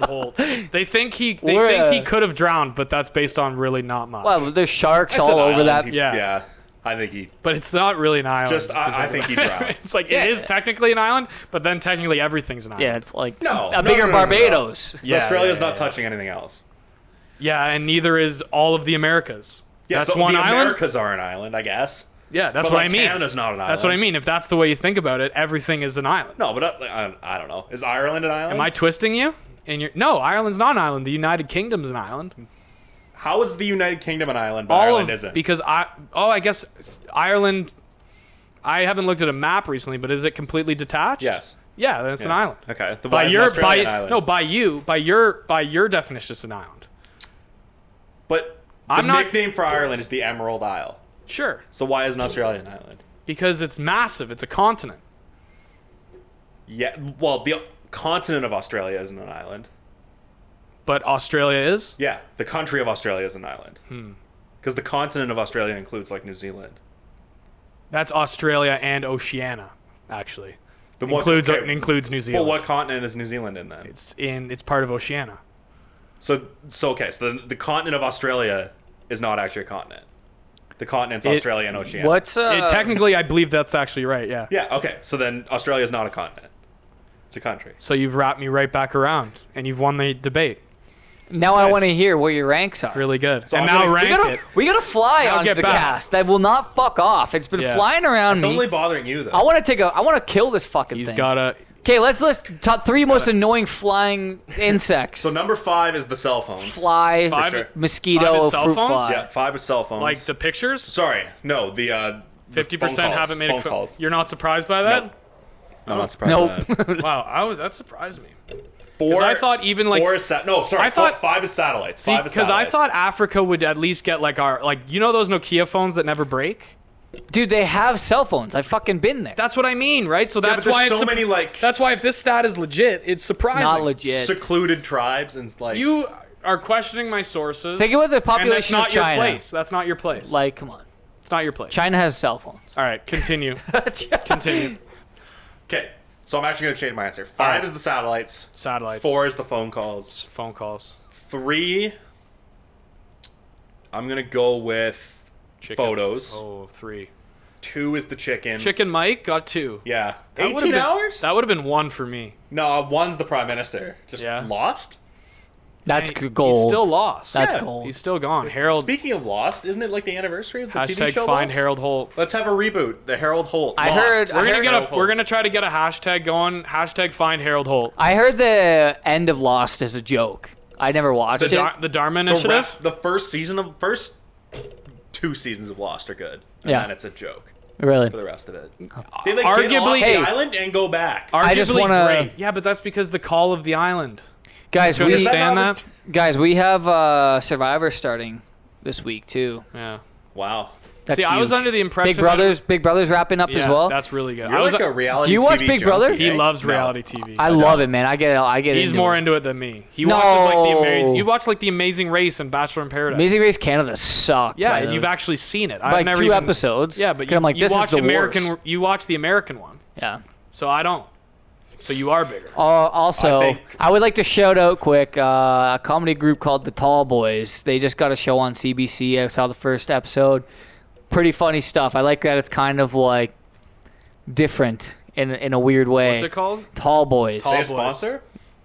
S1: Holt. They think he. They
S3: We're,
S1: think
S3: uh,
S1: he could have drowned, but that's based on really not much.
S3: Wow, there's sharks all over that.
S11: Yeah. yeah. I think he.
S1: But it's not really an island.
S11: Just- I- I think he drowned.
S1: it's like
S11: Yeah.
S1: it is technically an island, but then technically everything's an island.
S3: Yeah, it's like
S11: No,
S3: a
S11: no,
S3: bigger
S11: no, no, no, no.
S3: Barbados.
S11: So Australia's not touching anything else.
S1: Yeah, and neither is all of the Americas.
S11: Yeah,
S1: that's
S11: so
S1: one
S11: the
S1: island.
S11: Americas are an island, I guess.
S1: yeah, that's
S11: But,
S1: what
S11: like,
S1: I mean.
S11: Canada's not an
S1: That's what I
S11: island.
S1: mean. If that's the way you think about it, everything is an island.
S11: No, but uh, like, I, I don't know. Is Ireland an island?
S1: Am I twisting you? And you're no, Ireland's not an island. The United Kingdom's an island.
S11: How is the United Kingdom an island? But
S1: All
S11: Ireland
S1: of,
S11: isn't.
S1: Because I oh I guess Ireland. I haven't looked at a map recently, but is it completely detached?
S11: Yes.
S1: Yeah, then it's an
S11: Yeah.
S1: island.
S11: Okay. The
S1: by
S11: why is
S1: your by
S11: Australia an island?
S1: no by you by your by your definition, it's an island.
S11: But the
S1: I'm not-
S11: nickname for Ireland is the Emerald Isle.
S1: Sure.
S11: So why isn't Australia an island?
S1: Because it's massive. It's a continent.
S11: Yeah. Well, the continent of Australia isn't an island.
S1: But Australia is.
S11: Yeah, the country of Australia is an island.
S1: Hmm.
S11: Because the continent of Australia includes like New Zealand.
S1: That's Australia and Oceania, actually.
S11: The what-
S1: includes uh,
S11: okay.
S1: includes New
S11: Well,
S1: Zealand.
S11: what continent is New Zealand in then?
S1: It's in it's part of Oceania.
S11: So so okay. So the, the continent of Australia is not actually a continent. The continent's
S1: It-
S11: Australia and Oceania.
S3: Uh.
S1: It, technically, I believe that's actually right. Yeah.
S11: Yeah. Okay. So then Australia is not a continent. It's a country.
S1: So you've wrapped me right back around, and you've won the debate.
S3: Now I want to hear what your ranks are.
S1: Really good.
S3: So
S1: and
S3: I'm
S1: now
S3: gonna-
S1: rank
S3: we gotta,
S1: it.
S3: We gotta fly
S1: Now
S3: on
S1: get
S3: the
S1: back.
S3: cast. That will not fuck off. It's been
S1: Yeah.
S3: flying around
S1: Hmm.
S11: It's
S3: me.
S11: only bothering you though.
S3: I want to take a. I want to kill this fucking
S1: He's
S3: thing.
S1: gotta.
S3: Okay, let's list top three most annoying flying insects.
S11: so number five is the cell phones.
S3: Fly,
S11: For sure.
S1: Five
S3: mosquito,
S1: is cell
S3: fruit
S1: phones?
S3: fly.
S11: Yeah, five is cell phones.
S1: Like the pictures?
S11: Sorry, no. The uh, the
S1: Fifty percent
S11: phone calls,
S1: haven't made
S11: phone
S1: a co-
S11: calls.
S1: You're not surprised by that?
S11: I'm not surprised.
S3: Nope.
S11: by that.
S1: wow, I was that surprised me. 'Cause
S11: Four.
S1: I thought even like
S11: four is sa- no. Sorry,
S1: I thought
S11: five is satellites.
S1: see
S11: five is
S1: because I
S11: satellites.
S1: thought Africa would at least get like our like you know those Nokia phones that never break.
S3: Dude, they have cell phones. I've fucking been there.
S1: That's what I mean, right? So
S11: Yeah,
S1: that's
S11: but there's
S1: why it's
S11: so
S1: sup-
S11: many like
S1: That's why if this stat is legit, it's surprising.
S11: secluded tribes and like
S1: You are questioning my sources.
S3: Think about the
S1: and that's
S3: population of
S1: not your
S3: China.
S1: place. That's not your place.
S3: Like, come on.
S1: it's not your place.
S3: China has cell phones.
S1: All right, continue. continue.
S11: Okay, so I'm actually gonna change my answer.
S1: All
S11: Five
S1: right.
S11: is the satellites.
S1: Satellites.
S11: Four is the phone calls.
S1: phone calls.
S11: Three. I'm gonna go with photos.
S1: Oh, three.
S11: Two is the chicken.
S1: Chicken Mike got two.
S11: Yeah.
S1: That would've
S11: 18
S1: been-
S11: hours?
S1: That would have been one for me.
S11: No, one's the prime minister. Just lost.
S3: That's
S1: And he-
S3: gold.
S1: He's still lost.
S3: That's
S11: Yeah.
S3: gold.
S1: He's still gone. Harold.
S11: Speaking of Lost, isn't it like the anniversary of the TV
S1: hashtag
S11: show?
S1: find
S11: Lost?
S1: Harold Holt.
S11: Let's have a reboot. The Harold Holt.
S3: I
S11: Lost.
S3: heard-
S1: We're gonna get
S11: Harold
S1: a. We're
S11: Holt.
S1: gonna try to get a hashtag going. Hashtag find Harold Holt.
S3: I heard the end of Lost is a joke. I never watched
S1: The,
S3: it.
S1: Dar- the Dharma
S11: the
S1: Initiative.
S11: rest. The first season of first two seasons of Lost are good. And
S3: Yeah.
S11: Then it's a joke.
S3: Really?
S11: For the rest of it. They like get off
S1: Arguably-
S11: the
S1: Hey.
S11: island and go back.
S1: Arguably
S3: I just wanna-
S1: great. Yeah, but that's because the call of the island.
S3: guys,
S1: Do
S3: we
S1: you understand that?
S3: guys, we have uh, Survivor starting this week too.
S1: Yeah.
S11: Wow.
S3: That's
S1: See, I was
S3: huge.
S1: under the impression
S3: Big
S1: that-
S3: Brothers, Big Brothers wrapping up
S1: Yeah,
S3: as well.
S1: That's really good.
S11: You're
S1: I was
S11: like a reality
S3: Do you watch
S11: TV
S3: Big
S11: junkie,
S3: Brother?
S1: He
S11: eh?
S1: loves
S11: No.
S1: reality TV.
S3: I love it, man. I get it. I get it.
S1: He's more into it than me. He watches like the
S3: No.
S1: amazing. You watch like the Amazing Race and Bachelor in Paradise.
S3: Amazing Race Canada sucked.
S1: Yeah,
S3: by
S1: and
S3: the-
S1: you've actually seen it.
S3: by,
S1: I've
S3: like
S1: never
S3: two
S1: even-
S3: episodes.
S1: Yeah, but
S3: 'Cause
S1: you,
S3: I'm like,
S1: you
S3: this is
S1: watch
S3: the
S1: American.
S3: worst.
S1: You watch the American one,
S3: yeah.
S1: so I don't. So you are bigger.
S3: Uh, also,
S1: I
S3: I,
S1: think-
S3: would like to shout out quick uh, a comedy group called The Tall Boys. They just got a show on CBC. I saw the first episode. Pretty funny stuff. I like that it's kind of like different in in a weird way.
S1: What's it called?
S3: Tall Boys.
S11: They a sponsor?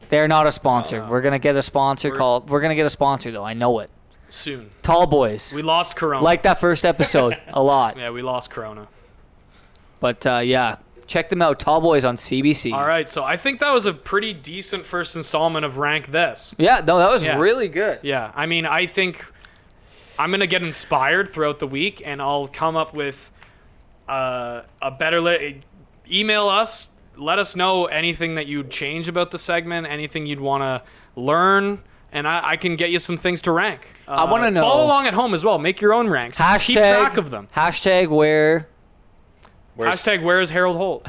S3: They're not a sponsor.
S1: Oh,
S3: We're gonna get a sponsor called. We're gonna get a sponsor though. I know it.
S1: Soon.
S3: Tall Boys.
S1: We lost Corona.
S3: Like that first episode a lot.
S1: Yeah, we lost Corona.
S3: But uh, yeah, check them out. Tall Boys on CBC.
S1: All right, so I think that was a pretty decent first installment of Rank This.
S3: Yeah, no, that was
S1: Yeah.
S3: really good.
S1: Yeah, I mean, I think I'm gonna get inspired throughout the week, and I'll come up with uh, a better. Li- email us. Let us know anything that you'd change about the segment, anything you'd want to learn, and I, I can get you some things to rank. Uh,
S3: I wanna know-
S1: Follow along at home as well. Make your own ranks.
S3: Hashtag
S1: Keep track of them.
S3: Hashtag where
S1: Hashtag Where is Harold Holt?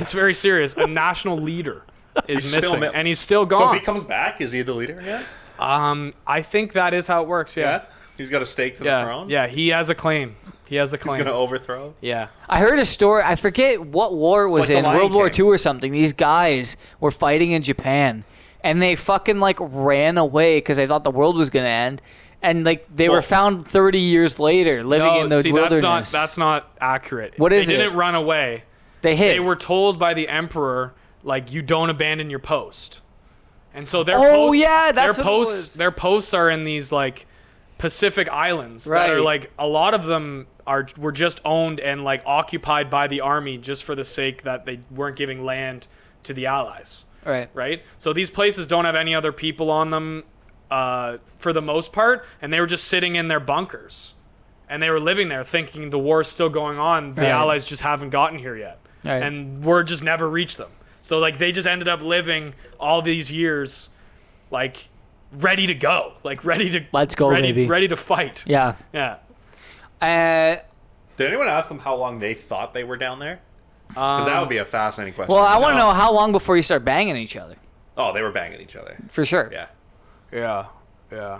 S1: it's very serious. A national leader is
S11: He's still
S1: missing,
S11: mi-
S1: and he's still
S11: So if he
S1: gone.
S11: comes back, is he the leader again?
S1: um, I think that is how it works.
S11: Yeah.
S1: Yeah.
S11: He's got a stake to the
S1: Yeah.
S11: throne.
S1: Yeah. He has a claim. He has a
S11: He's
S1: claim.
S11: gonna overthrow.
S1: yeah.
S3: I heard a story. I forget what war it was
S11: like the
S3: in,
S11: Lion
S3: World War
S11: King.
S3: II or something. These guys were fighting in Japan, and they fucking like ran away because they thought the world was gonna end. and like they were found 30 years later living
S1: no,
S3: in the
S1: see,
S3: wilderness.
S1: that's not that's not accurate.
S3: What is
S1: they
S3: it?
S1: didn't run away.
S3: They hid.
S1: They were told by the emperor, like, you don't abandon your post. And so their
S3: Oh,
S1: posts,
S3: yeah, that's
S1: their
S3: what it
S1: posts,
S3: was.
S1: their posts are in these like Pacific islands
S3: Right.
S1: that are like a lot of them are were just owned and like occupied by the army just for the sake that they weren't giving land to the allies.
S3: Right.
S1: Right. So these places don't have any other people on them uh, for the most part, and they were just sitting in their bunkers, and they were living there, thinking the war's still going on. The
S3: Right.
S1: Allies just haven't gotten here yet,
S3: Right.
S1: and word just never reached them. So like they just ended up living all these years, like ready to go, like ready to
S3: Let's go,
S1: ready,
S3: baby.
S1: ready to fight.
S3: Yeah.
S1: Yeah.
S3: Uh,
S11: Did anyone ask them how long they thought they were down there?
S1: Um,
S11: Because that would be a fascinating question.
S3: well, I want to
S11: No.
S3: know how long before you start banging each other.
S11: Oh, they were banging each other.
S3: For sure.
S11: Yeah.
S1: Yeah. Yeah,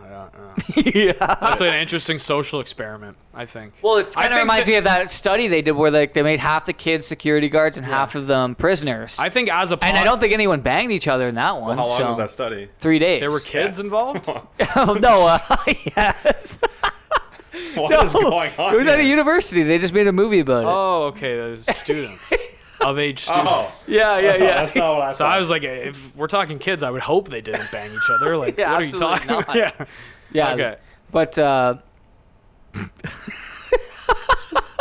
S1: yeah, yeah. That's an interesting social experiment, I think.
S3: Well, it
S1: I
S3: kind of
S1: think
S3: reminds
S1: that-
S3: me of that study they did where like they made half the kids security guards and half of them prisoners.
S1: I think as a
S3: and I don't think anyone banged each other in that one.
S11: how long
S3: so-
S11: was that study?
S3: Three days.
S1: There were kids involved?
S3: oh, no, uh, yes.
S1: What
S3: no,
S1: is going on
S11: Oh,
S3: It was at a
S1: here?
S3: university. They just made a movie about it.
S1: Oh, okay. Those students. of age
S3: Oh.
S1: students.
S3: Yeah, yeah, yeah. That's not what I
S1: so I
S3: thought.
S1: was like, if we're talking kids, I would hope they didn't bang each other. Like,
S3: Yeah,
S1: what are you
S3: absolutely
S1: talking
S3: not.
S1: Yeah.
S3: Yeah.
S1: Okay.
S3: But uh,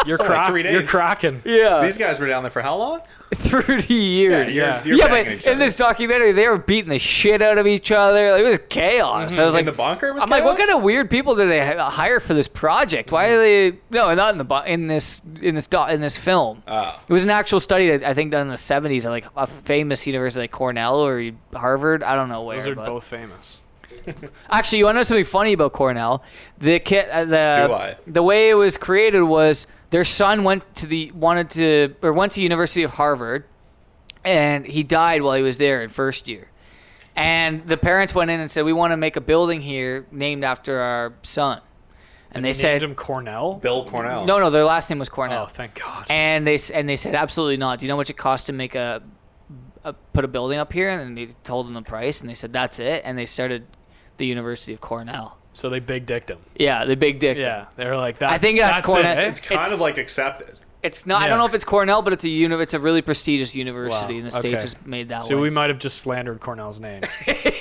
S1: You're,
S11: So, like,
S1: crack-
S11: three
S1: you're
S11: days.
S1: cracking.
S3: Yeah.
S11: These guys were down there for how long?
S3: 30 years.
S11: you're-
S3: Yeah,
S11: you're
S3: but
S11: banging each
S3: in this documentary, they were beating the shit out of each other. Like, it was chaos. I was like,
S11: Mm-hmm. in the bunker. Was
S3: I'm like, what
S11: chaos?
S3: kind of weird people do they ha- hire for this project? Why are they no, not in the bu- in this in this do- in this film? It was an actual study that I think done in the 70s at like a famous university like Cornell or Harvard. I don't know where.
S1: Those are
S3: but-
S1: both famous.
S3: Actually, you want to know something funny about Cornell? The kid, uh, the
S1: Do I?
S3: the way it was created was their son went to the wanted to or went to University of Harvard, and he died while he was there in first year. And the parents went in and said, "We want to make a building here named after our son." And, they, said,
S1: named him Cornell.
S11: Bill Cornell.
S3: "No, no, their last name was Cornell."
S1: Oh, thank God.
S3: And they s- and they said, "Absolutely not." Do you know how much it cost to make a, a put a building up here? And they told them the price, and they said, "That's it." And they started the University of Cornell.
S1: So they big dicked him.
S3: Yeah, the big dick.
S1: Yeah, they're like that.
S3: I think that's Cornell.
S11: It's kind of like accepted.
S3: It's not. I
S1: Yeah.
S3: don't know if it's Cornell, but it's a uni- It's a really prestigious university in the states. Is made that
S1: So
S3: way.
S1: we might have just slandered Cornell's name.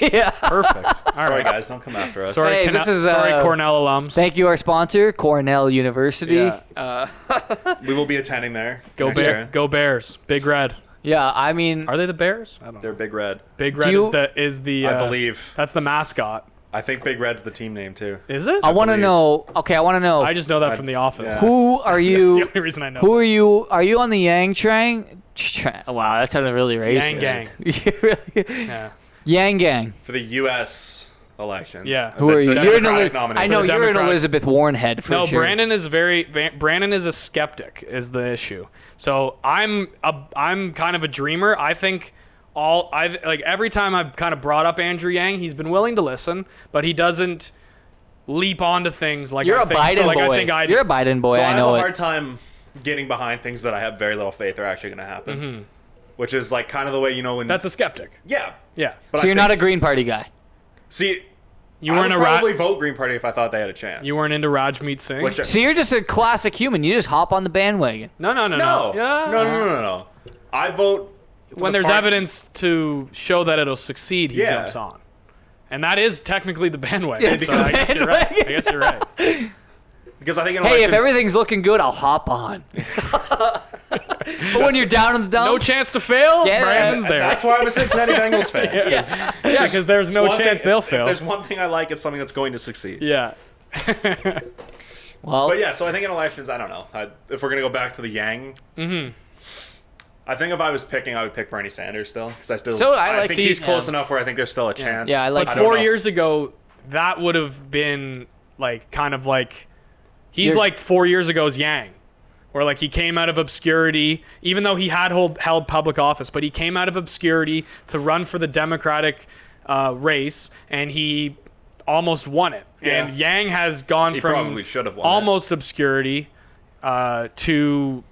S3: yeah.
S1: Perfect. All right,
S11: Sorry, guys, don't come after us.
S1: Sorry,
S3: Hey,
S1: Cornell-
S3: this is,
S1: sorry,
S3: uh,
S1: Cornell alums.
S3: Thank you, our sponsor, Cornell University. Uh,
S1: Yeah.
S11: we will be attending there.
S1: Go
S11: next
S1: bear,
S11: year.
S1: go Bears. Big Red.
S3: Yeah, I mean,
S1: are they the Bears? I don't know.
S11: They're Big Red.
S1: Big Red
S3: you-
S1: is the is the.
S11: I
S1: uh,
S11: believe.
S1: that's the mascot.
S11: I think Big Red's the team name too.
S1: Is it?
S3: I want to know. Okay, I want to know.
S1: I just know that from The Office.
S3: Who are
S1: That's
S3: you?
S1: the only reason I know
S3: Who
S1: that.
S3: are you? Are you on the Yang train? Tra- Wow, that sounded really racist.
S11: Yang
S3: gang.
S1: yeah.
S3: Yang gang.
S11: For the U.S. elections.
S1: Yeah.
S3: Who
S11: The
S3: are you? You're an
S11: Democratic
S3: Eli-
S11: nominee.
S3: I know
S11: The
S3: you're an
S11: Democratic-
S3: Elizabeth Warren head for
S1: no,
S3: sure.
S1: Brandon is very Van- Brandon is a skeptic is the issue. So I'm a I'm kind of a dreamer. I think all I've like every time I've kind of brought up Andrew Yang, he's been willing to listen, but he doesn't leap onto things like
S3: You're
S1: I
S3: a
S1: think,
S3: Biden
S1: so, like, I
S3: boy.
S1: think I
S3: You're a Biden boy.
S11: so
S3: I
S11: have
S3: know
S11: a
S3: it.
S11: hard time getting behind things that I have very little faith are actually going to happen. Which is like kind of the way you know when.
S1: Mm-hmm. That's a skeptic.
S11: yeah.
S1: Yeah.
S11: But
S3: so
S11: I
S3: you're not a
S11: think-
S3: Green Party guy.
S11: See,
S1: You
S11: I
S1: weren't
S11: would
S1: a ra-
S11: probably vote Green Party if I thought they had a chance.
S1: You weren't into Rajmeet Singh.
S11: Which I-
S3: So you're just a classic human. You just hop on the bandwagon.
S1: no, no, no,
S11: No.
S1: no. Yeah.
S11: No, no, no, no, no. I vote
S1: When
S11: the
S1: there's
S11: party-
S1: evidence to show that it'll succeed, he
S11: Yeah.
S1: jumps on. And that is technically the bandwagon.
S3: Yeah, it's
S1: so uh, I
S3: the
S1: guess you're right. I guess you're right.
S11: because I think in
S3: Hey, if
S11: elections-
S3: everything's looking good, I'll hop on. but when you're down in the dumps,
S1: No chance to fail.
S3: Yeah.
S1: Brandon's
S11: And
S1: there.
S11: That's why I'm a Cincinnati Bengals fan.
S1: Yeah.
S11: Because
S1: Yeah, because there's no
S11: one
S1: chance
S11: thing-
S1: they'll
S11: if
S1: fail.
S11: There's one thing I like. It's something that's going to succeed.
S1: yeah.
S3: Well,
S11: But yeah, so I think in elections, I don't know. I, if we're gonna go back to the Yang,
S1: Mm-hmm.
S11: I think if I was picking, I would pick Bernie Sanders still because I still.
S3: So I like-
S11: think
S3: see,
S11: he's close
S3: yeah.
S11: enough where I think there's still a chance.
S3: Yeah, I like-
S1: But
S11: don't
S1: four
S11: know.
S1: years ago, that would have been like kind of like he's
S3: You're-
S1: like four years ago's Yang, where like he came out of obscurity, even though he had hold, held public office, but he came out of obscurity to run for the Democratic uh, race, and he almost won it.
S11: Yeah.
S1: And Yang has gone
S11: He
S1: from
S11: probably should have won it.
S1: almost obscurity uh, to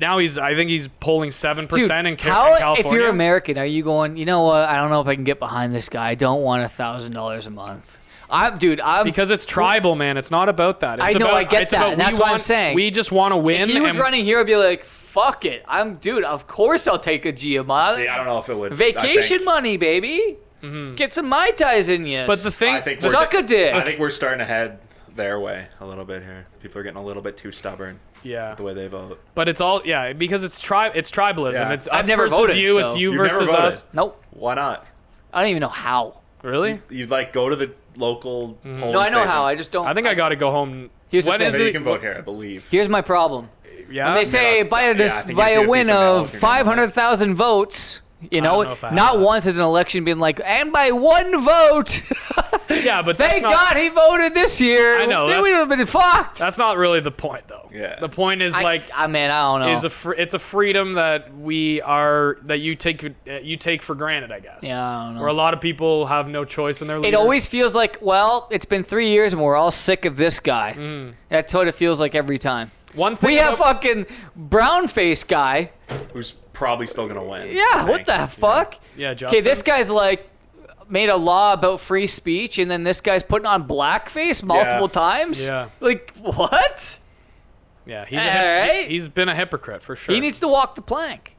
S1: now he's I think he's polling seven
S3: dude,
S1: percent in, Ca-
S3: how,
S1: in California.
S3: if you're American, are you going? You know what? I don't know if I can get behind this guy. I don't want a thousand dollars a month. I'm, dude. I'm
S1: because it's tribal, man. It's not about that. It's
S3: I know,
S1: About,
S3: I get
S1: it's
S3: that,
S1: About
S3: and
S1: we
S3: that's what I'm
S1: want-
S3: saying.
S1: We just want to win.
S3: If he was
S1: and-
S3: running here, I'd be like, fuck it. I'm, dude, of course I'll take a GMI.
S11: See, I don't know if it would. I
S3: Vacation
S11: think-
S3: money, baby.
S1: Mm-hmm.
S3: Get some Mai Tais in you.
S11: But the
S3: thing,
S11: I think we're-
S3: suck a dick.
S11: I think we're starting to head their way a little bit here. People are getting a little bit too stubborn.
S1: Yeah.
S11: with the way they vote.
S1: But it's all yeah because it's tri it's tribalism.
S11: Yeah.
S1: It's us
S11: I've never
S1: versus
S11: voted,
S1: you.
S11: so-
S1: It's you
S11: You've never
S1: versus
S11: voted.
S1: us.
S3: Nope.
S11: Why not?
S3: I don't even know how.
S1: Really?
S11: You, would like go to the local.
S1: Mm-hmm.
S11: polling
S3: No, I know
S11: station.
S3: how. I just don't.
S1: I think I, got to go home.
S3: Here's the thing.
S11: Maybe you can vote here, I believe.
S3: Here's my problem.
S11: Yeah?
S3: When they say by a, dis-
S11: I think you
S3: by
S11: see a
S3: a
S11: piece
S3: win
S11: of metal
S3: of
S11: if you're gonna
S3: 500,000 votes, you know,
S1: know if I
S3: not once has an election been like, and by one vote.
S1: yeah, but that's
S3: thank
S1: not-
S3: God he voted this year.
S1: I know,
S3: Then
S1: that's-
S3: we would have been fucked.
S1: That's not really the point though.
S11: Yeah.
S1: The point is
S3: I-
S1: like
S3: I mean, I don't know.
S1: is a fr- it's a freedom that we are that you take uh, you take for granted, I guess.
S3: Yeah, I don't know.
S1: Where a lot of people have no choice in their.
S3: It
S1: leaders.
S3: always feels like, well, it's been three years and we're all sick of this guy.
S1: Mm.
S3: That's what it feels like every time.
S1: One
S3: we
S11: thing
S3: have fucking brown face guy.
S11: Who's probably still gonna win?
S3: Yeah, what the fuck?
S11: Yeah,
S3: Okay, this guy's like made a law about free speech, and then this guy's putting on blackface multiple times.
S1: Yeah.
S3: Like what?
S1: Yeah, he's
S3: All
S1: a hip-
S3: right.
S1: he, has been a hypocrite for sure.
S3: He needs to walk the plank.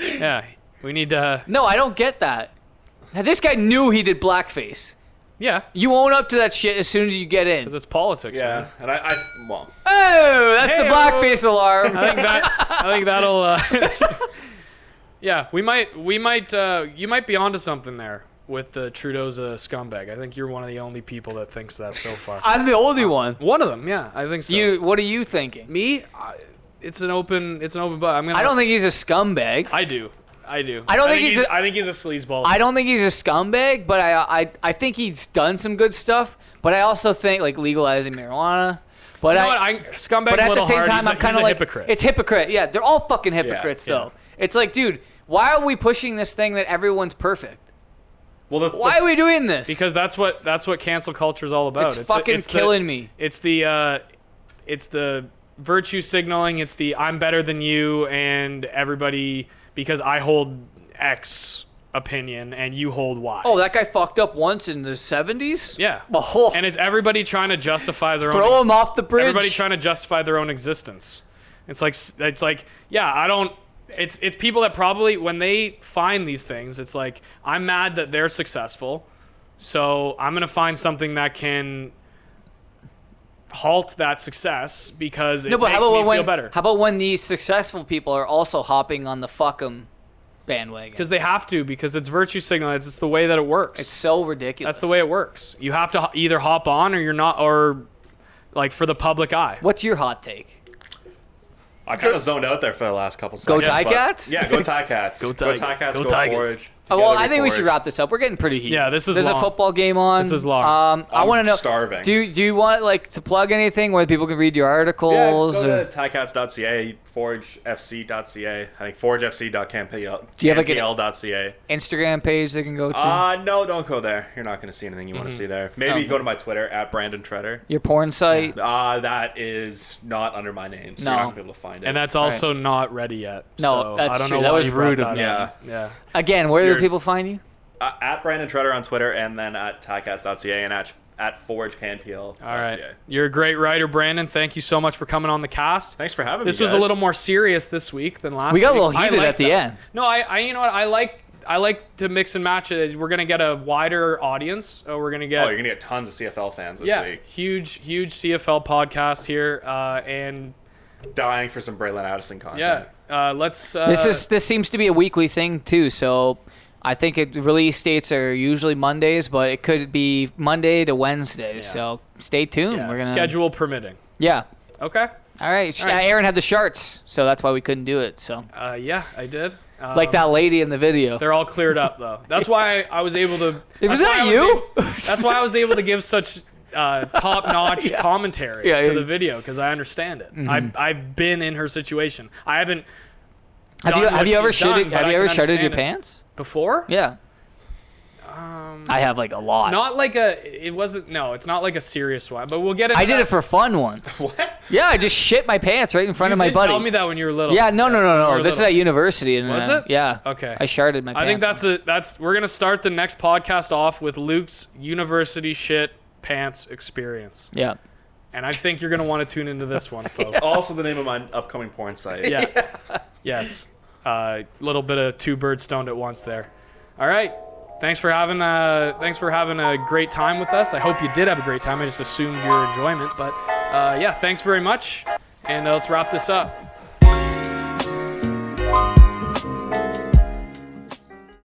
S1: yeah, we need to.
S3: No, I don't get that. Now, this guy knew he did blackface.
S1: Yeah.
S3: You own up to that shit as soon as you get in. Because
S1: it's politics,
S11: Yeah, and I, I well,
S3: Oh, that's the
S1: Hey-o.
S3: blackface alarm.
S1: I think that I think that'll. Uh, yeah, we might we might uh, you might be onto something there with the Trudeau's a scumbag. I think you're one of the only people that thinks that so far.
S3: I'm the only one.
S1: One of them, yeah. I think so.
S3: You, what are you thinking?
S1: Me? I, it's an open it's an open book. I'm gonna.
S3: I don't think he's a scumbag.
S1: I do. I do.
S3: I don't think he's a-
S1: I think he's a sleazeball.
S3: I don't think he's a scumbag, but I, I I think he's done some good stuff. But I also think like legalizing marijuana. But
S1: You know
S3: I,
S1: what? I- scumbag's
S3: But
S1: a
S3: at the
S1: little
S3: same
S1: hard.
S3: time,
S1: He's a-
S3: I'm kind
S1: he's
S3: of
S1: a
S3: like
S1: hypocrite.
S3: It's hypocrite. Yeah, they're all fucking hypocrites
S1: yeah.
S3: though. It's like, dude, why are we pushing this thing that everyone's perfect?
S11: Well, the,
S3: Why are we doing this?
S1: Because that's what that's what cancel culture is all about.
S3: It's fucking killing
S1: the,
S3: me.
S1: It's the uh, it's the virtue signaling. It's the I'm better than you and everybody because I hold X opinion and you hold Y.
S3: oh, that guy fucked up once in the '70s.
S1: Yeah.
S3: Oh,
S1: And it's everybody trying to justify their own.
S3: Throw him off the bridge.
S1: Everybody trying to justify their own existence. It's like it's like yeah, I don't. It's it's people that probably when they find these things, it's like I'm mad that they're successful, so I'm gonna find something that can halt that success because it
S3: no, but
S1: makes
S3: how about
S1: me
S3: when
S1: feel better
S3: how about when these successful people are also hopping on the fuck 'em bandwagon?
S1: because they have to because it's virtue signaling. It's, it's the way that it works. It's
S3: so ridiculous.
S1: That's the way it works. You have to ho- either hop on or you're not, or like for the public eye.
S3: What's your hot take?
S11: I kind of zoned out there for the last couple
S3: Go
S11: seconds.
S3: Tie
S11: but-
S3: Cats?
S11: Yeah, go tie cats.
S1: Go
S11: Go
S1: Tig-
S11: tie cats.
S1: go
S11: Go,
S1: Tigers.
S11: forage.
S3: Oh, well,
S11: Together
S3: I
S11: we
S3: think we
S11: forage.
S3: should wrap this up. We're getting pretty heated.
S1: Yeah, this is
S3: There's a
S1: long.
S3: football game on.
S1: This is long.
S3: Um, I
S11: I'm
S3: want to know.
S11: starving.
S3: Do you, do you want like to plug anything where people can read your
S11: Yeah,
S3: articles?
S11: go
S3: or-
S11: to E tiecats.ca, foragefc.ca, I think foragefc.campl.
S3: Do you have, like, an-
S11: campl.ca?
S3: Instagram page they can go to.
S11: Uh, no, don't go there. You're not going to see anything you want
S3: Mhm.
S11: to see there. Maybe
S3: Oh.
S11: go to my Twitter at Brandon Treader.
S3: your porn site.
S11: Uh, that is not under my name, so
S3: No.
S11: you're not going to be able to find it.
S1: And that's also not ready yet.
S3: No,
S1: so
S3: that's
S1: I don't
S3: true.
S1: Know
S3: That
S1: why
S3: was
S1: you brought
S3: rude of
S1: that
S11: me.
S1: up. Yeah.
S3: Again, where
S11: You're-
S3: do people find you?
S11: Uh, at Brandon Treader on Twitter, and then at tiecats.ca and at at foragepl.ca.
S1: All right. You're a great writer, Brandon. Thank you so much for coming on the cast. Thanks
S11: for having
S1: this
S11: me,
S1: This was
S11: guys.
S1: a little more serious this week than last
S3: We
S1: week.
S3: got a little
S1: I
S3: heated
S1: like
S3: at the
S1: that.
S3: end.
S1: No, I, I you know what? I like I like to mix and match it. We're going to get a wider audience. Uh, we're going to
S11: Oh,
S1: get
S11: you're going to get tons of CFL fans this
S1: Yeah,
S11: week.
S1: huge huge CFL podcast here uh, and
S11: Dying for some Braylon Addison content.
S1: yeah, uh, let's uh,
S3: this is this seems to be a weekly thing too. So I think it release dates are usually Mondays, but it could be Monday to Wednesday. So stay tuned. We're gonna
S1: schedule permitting.
S3: Yeah.
S1: Okay.
S3: All right.
S1: All right.
S3: Aaron had the sharts, so that's why we couldn't do it. So
S1: Uh, yeah, I did. Um,
S3: like that lady in the video.
S1: They're all cleared up though. That's why I was able to.
S3: Was
S1: that's why
S3: that
S1: I was
S3: you?
S1: able- that's why I was able to give such uh, top-notch commentary
S3: Yeah,
S1: to
S3: yeah.
S1: the video because I understand it.
S3: Mhm.
S1: I've, I've been in her situation. I haven't.
S3: Have
S1: done
S3: you
S1: what
S3: have you ever
S1: she's done,
S3: shitted
S1: but
S3: have
S1: I
S3: you ever
S1: can
S3: shitted your
S1: understand it.
S3: pants?
S1: before?
S3: Yeah.
S1: Uh, Um,
S3: I have like a lot.
S1: Not like a. It wasn't. No, it's not like a serious one. But we'll get. Into
S3: I did
S1: that.
S3: it for fun once.
S1: What?
S3: Yeah, I just shit my pants right in front
S1: You
S3: of my
S1: did
S3: buddy.
S1: Tell me that when you were little.
S3: Yeah, no, no, no,
S1: When you
S3: no.
S1: were
S3: This is
S1: little.
S3: at university. And,
S1: Was
S3: uh,
S1: it?
S3: Yeah.
S1: Okay.
S3: I sharded my pants.
S1: I think that's a that's we're gonna start the next podcast off with Luke's university shit pants experience.
S3: Yeah.
S1: And I think you're gonna want to tune into this one, folks.
S11: It's also the name of my upcoming porn site.
S1: Yeah. yes. A uh, little bit of two birds stoned at once there. All right. Thanks for having uh, thanks for having a great time with us. I hope you did have a great time. I just assumed your enjoyment, but uh, yeah, thanks very much. And uh, let's wrap this up.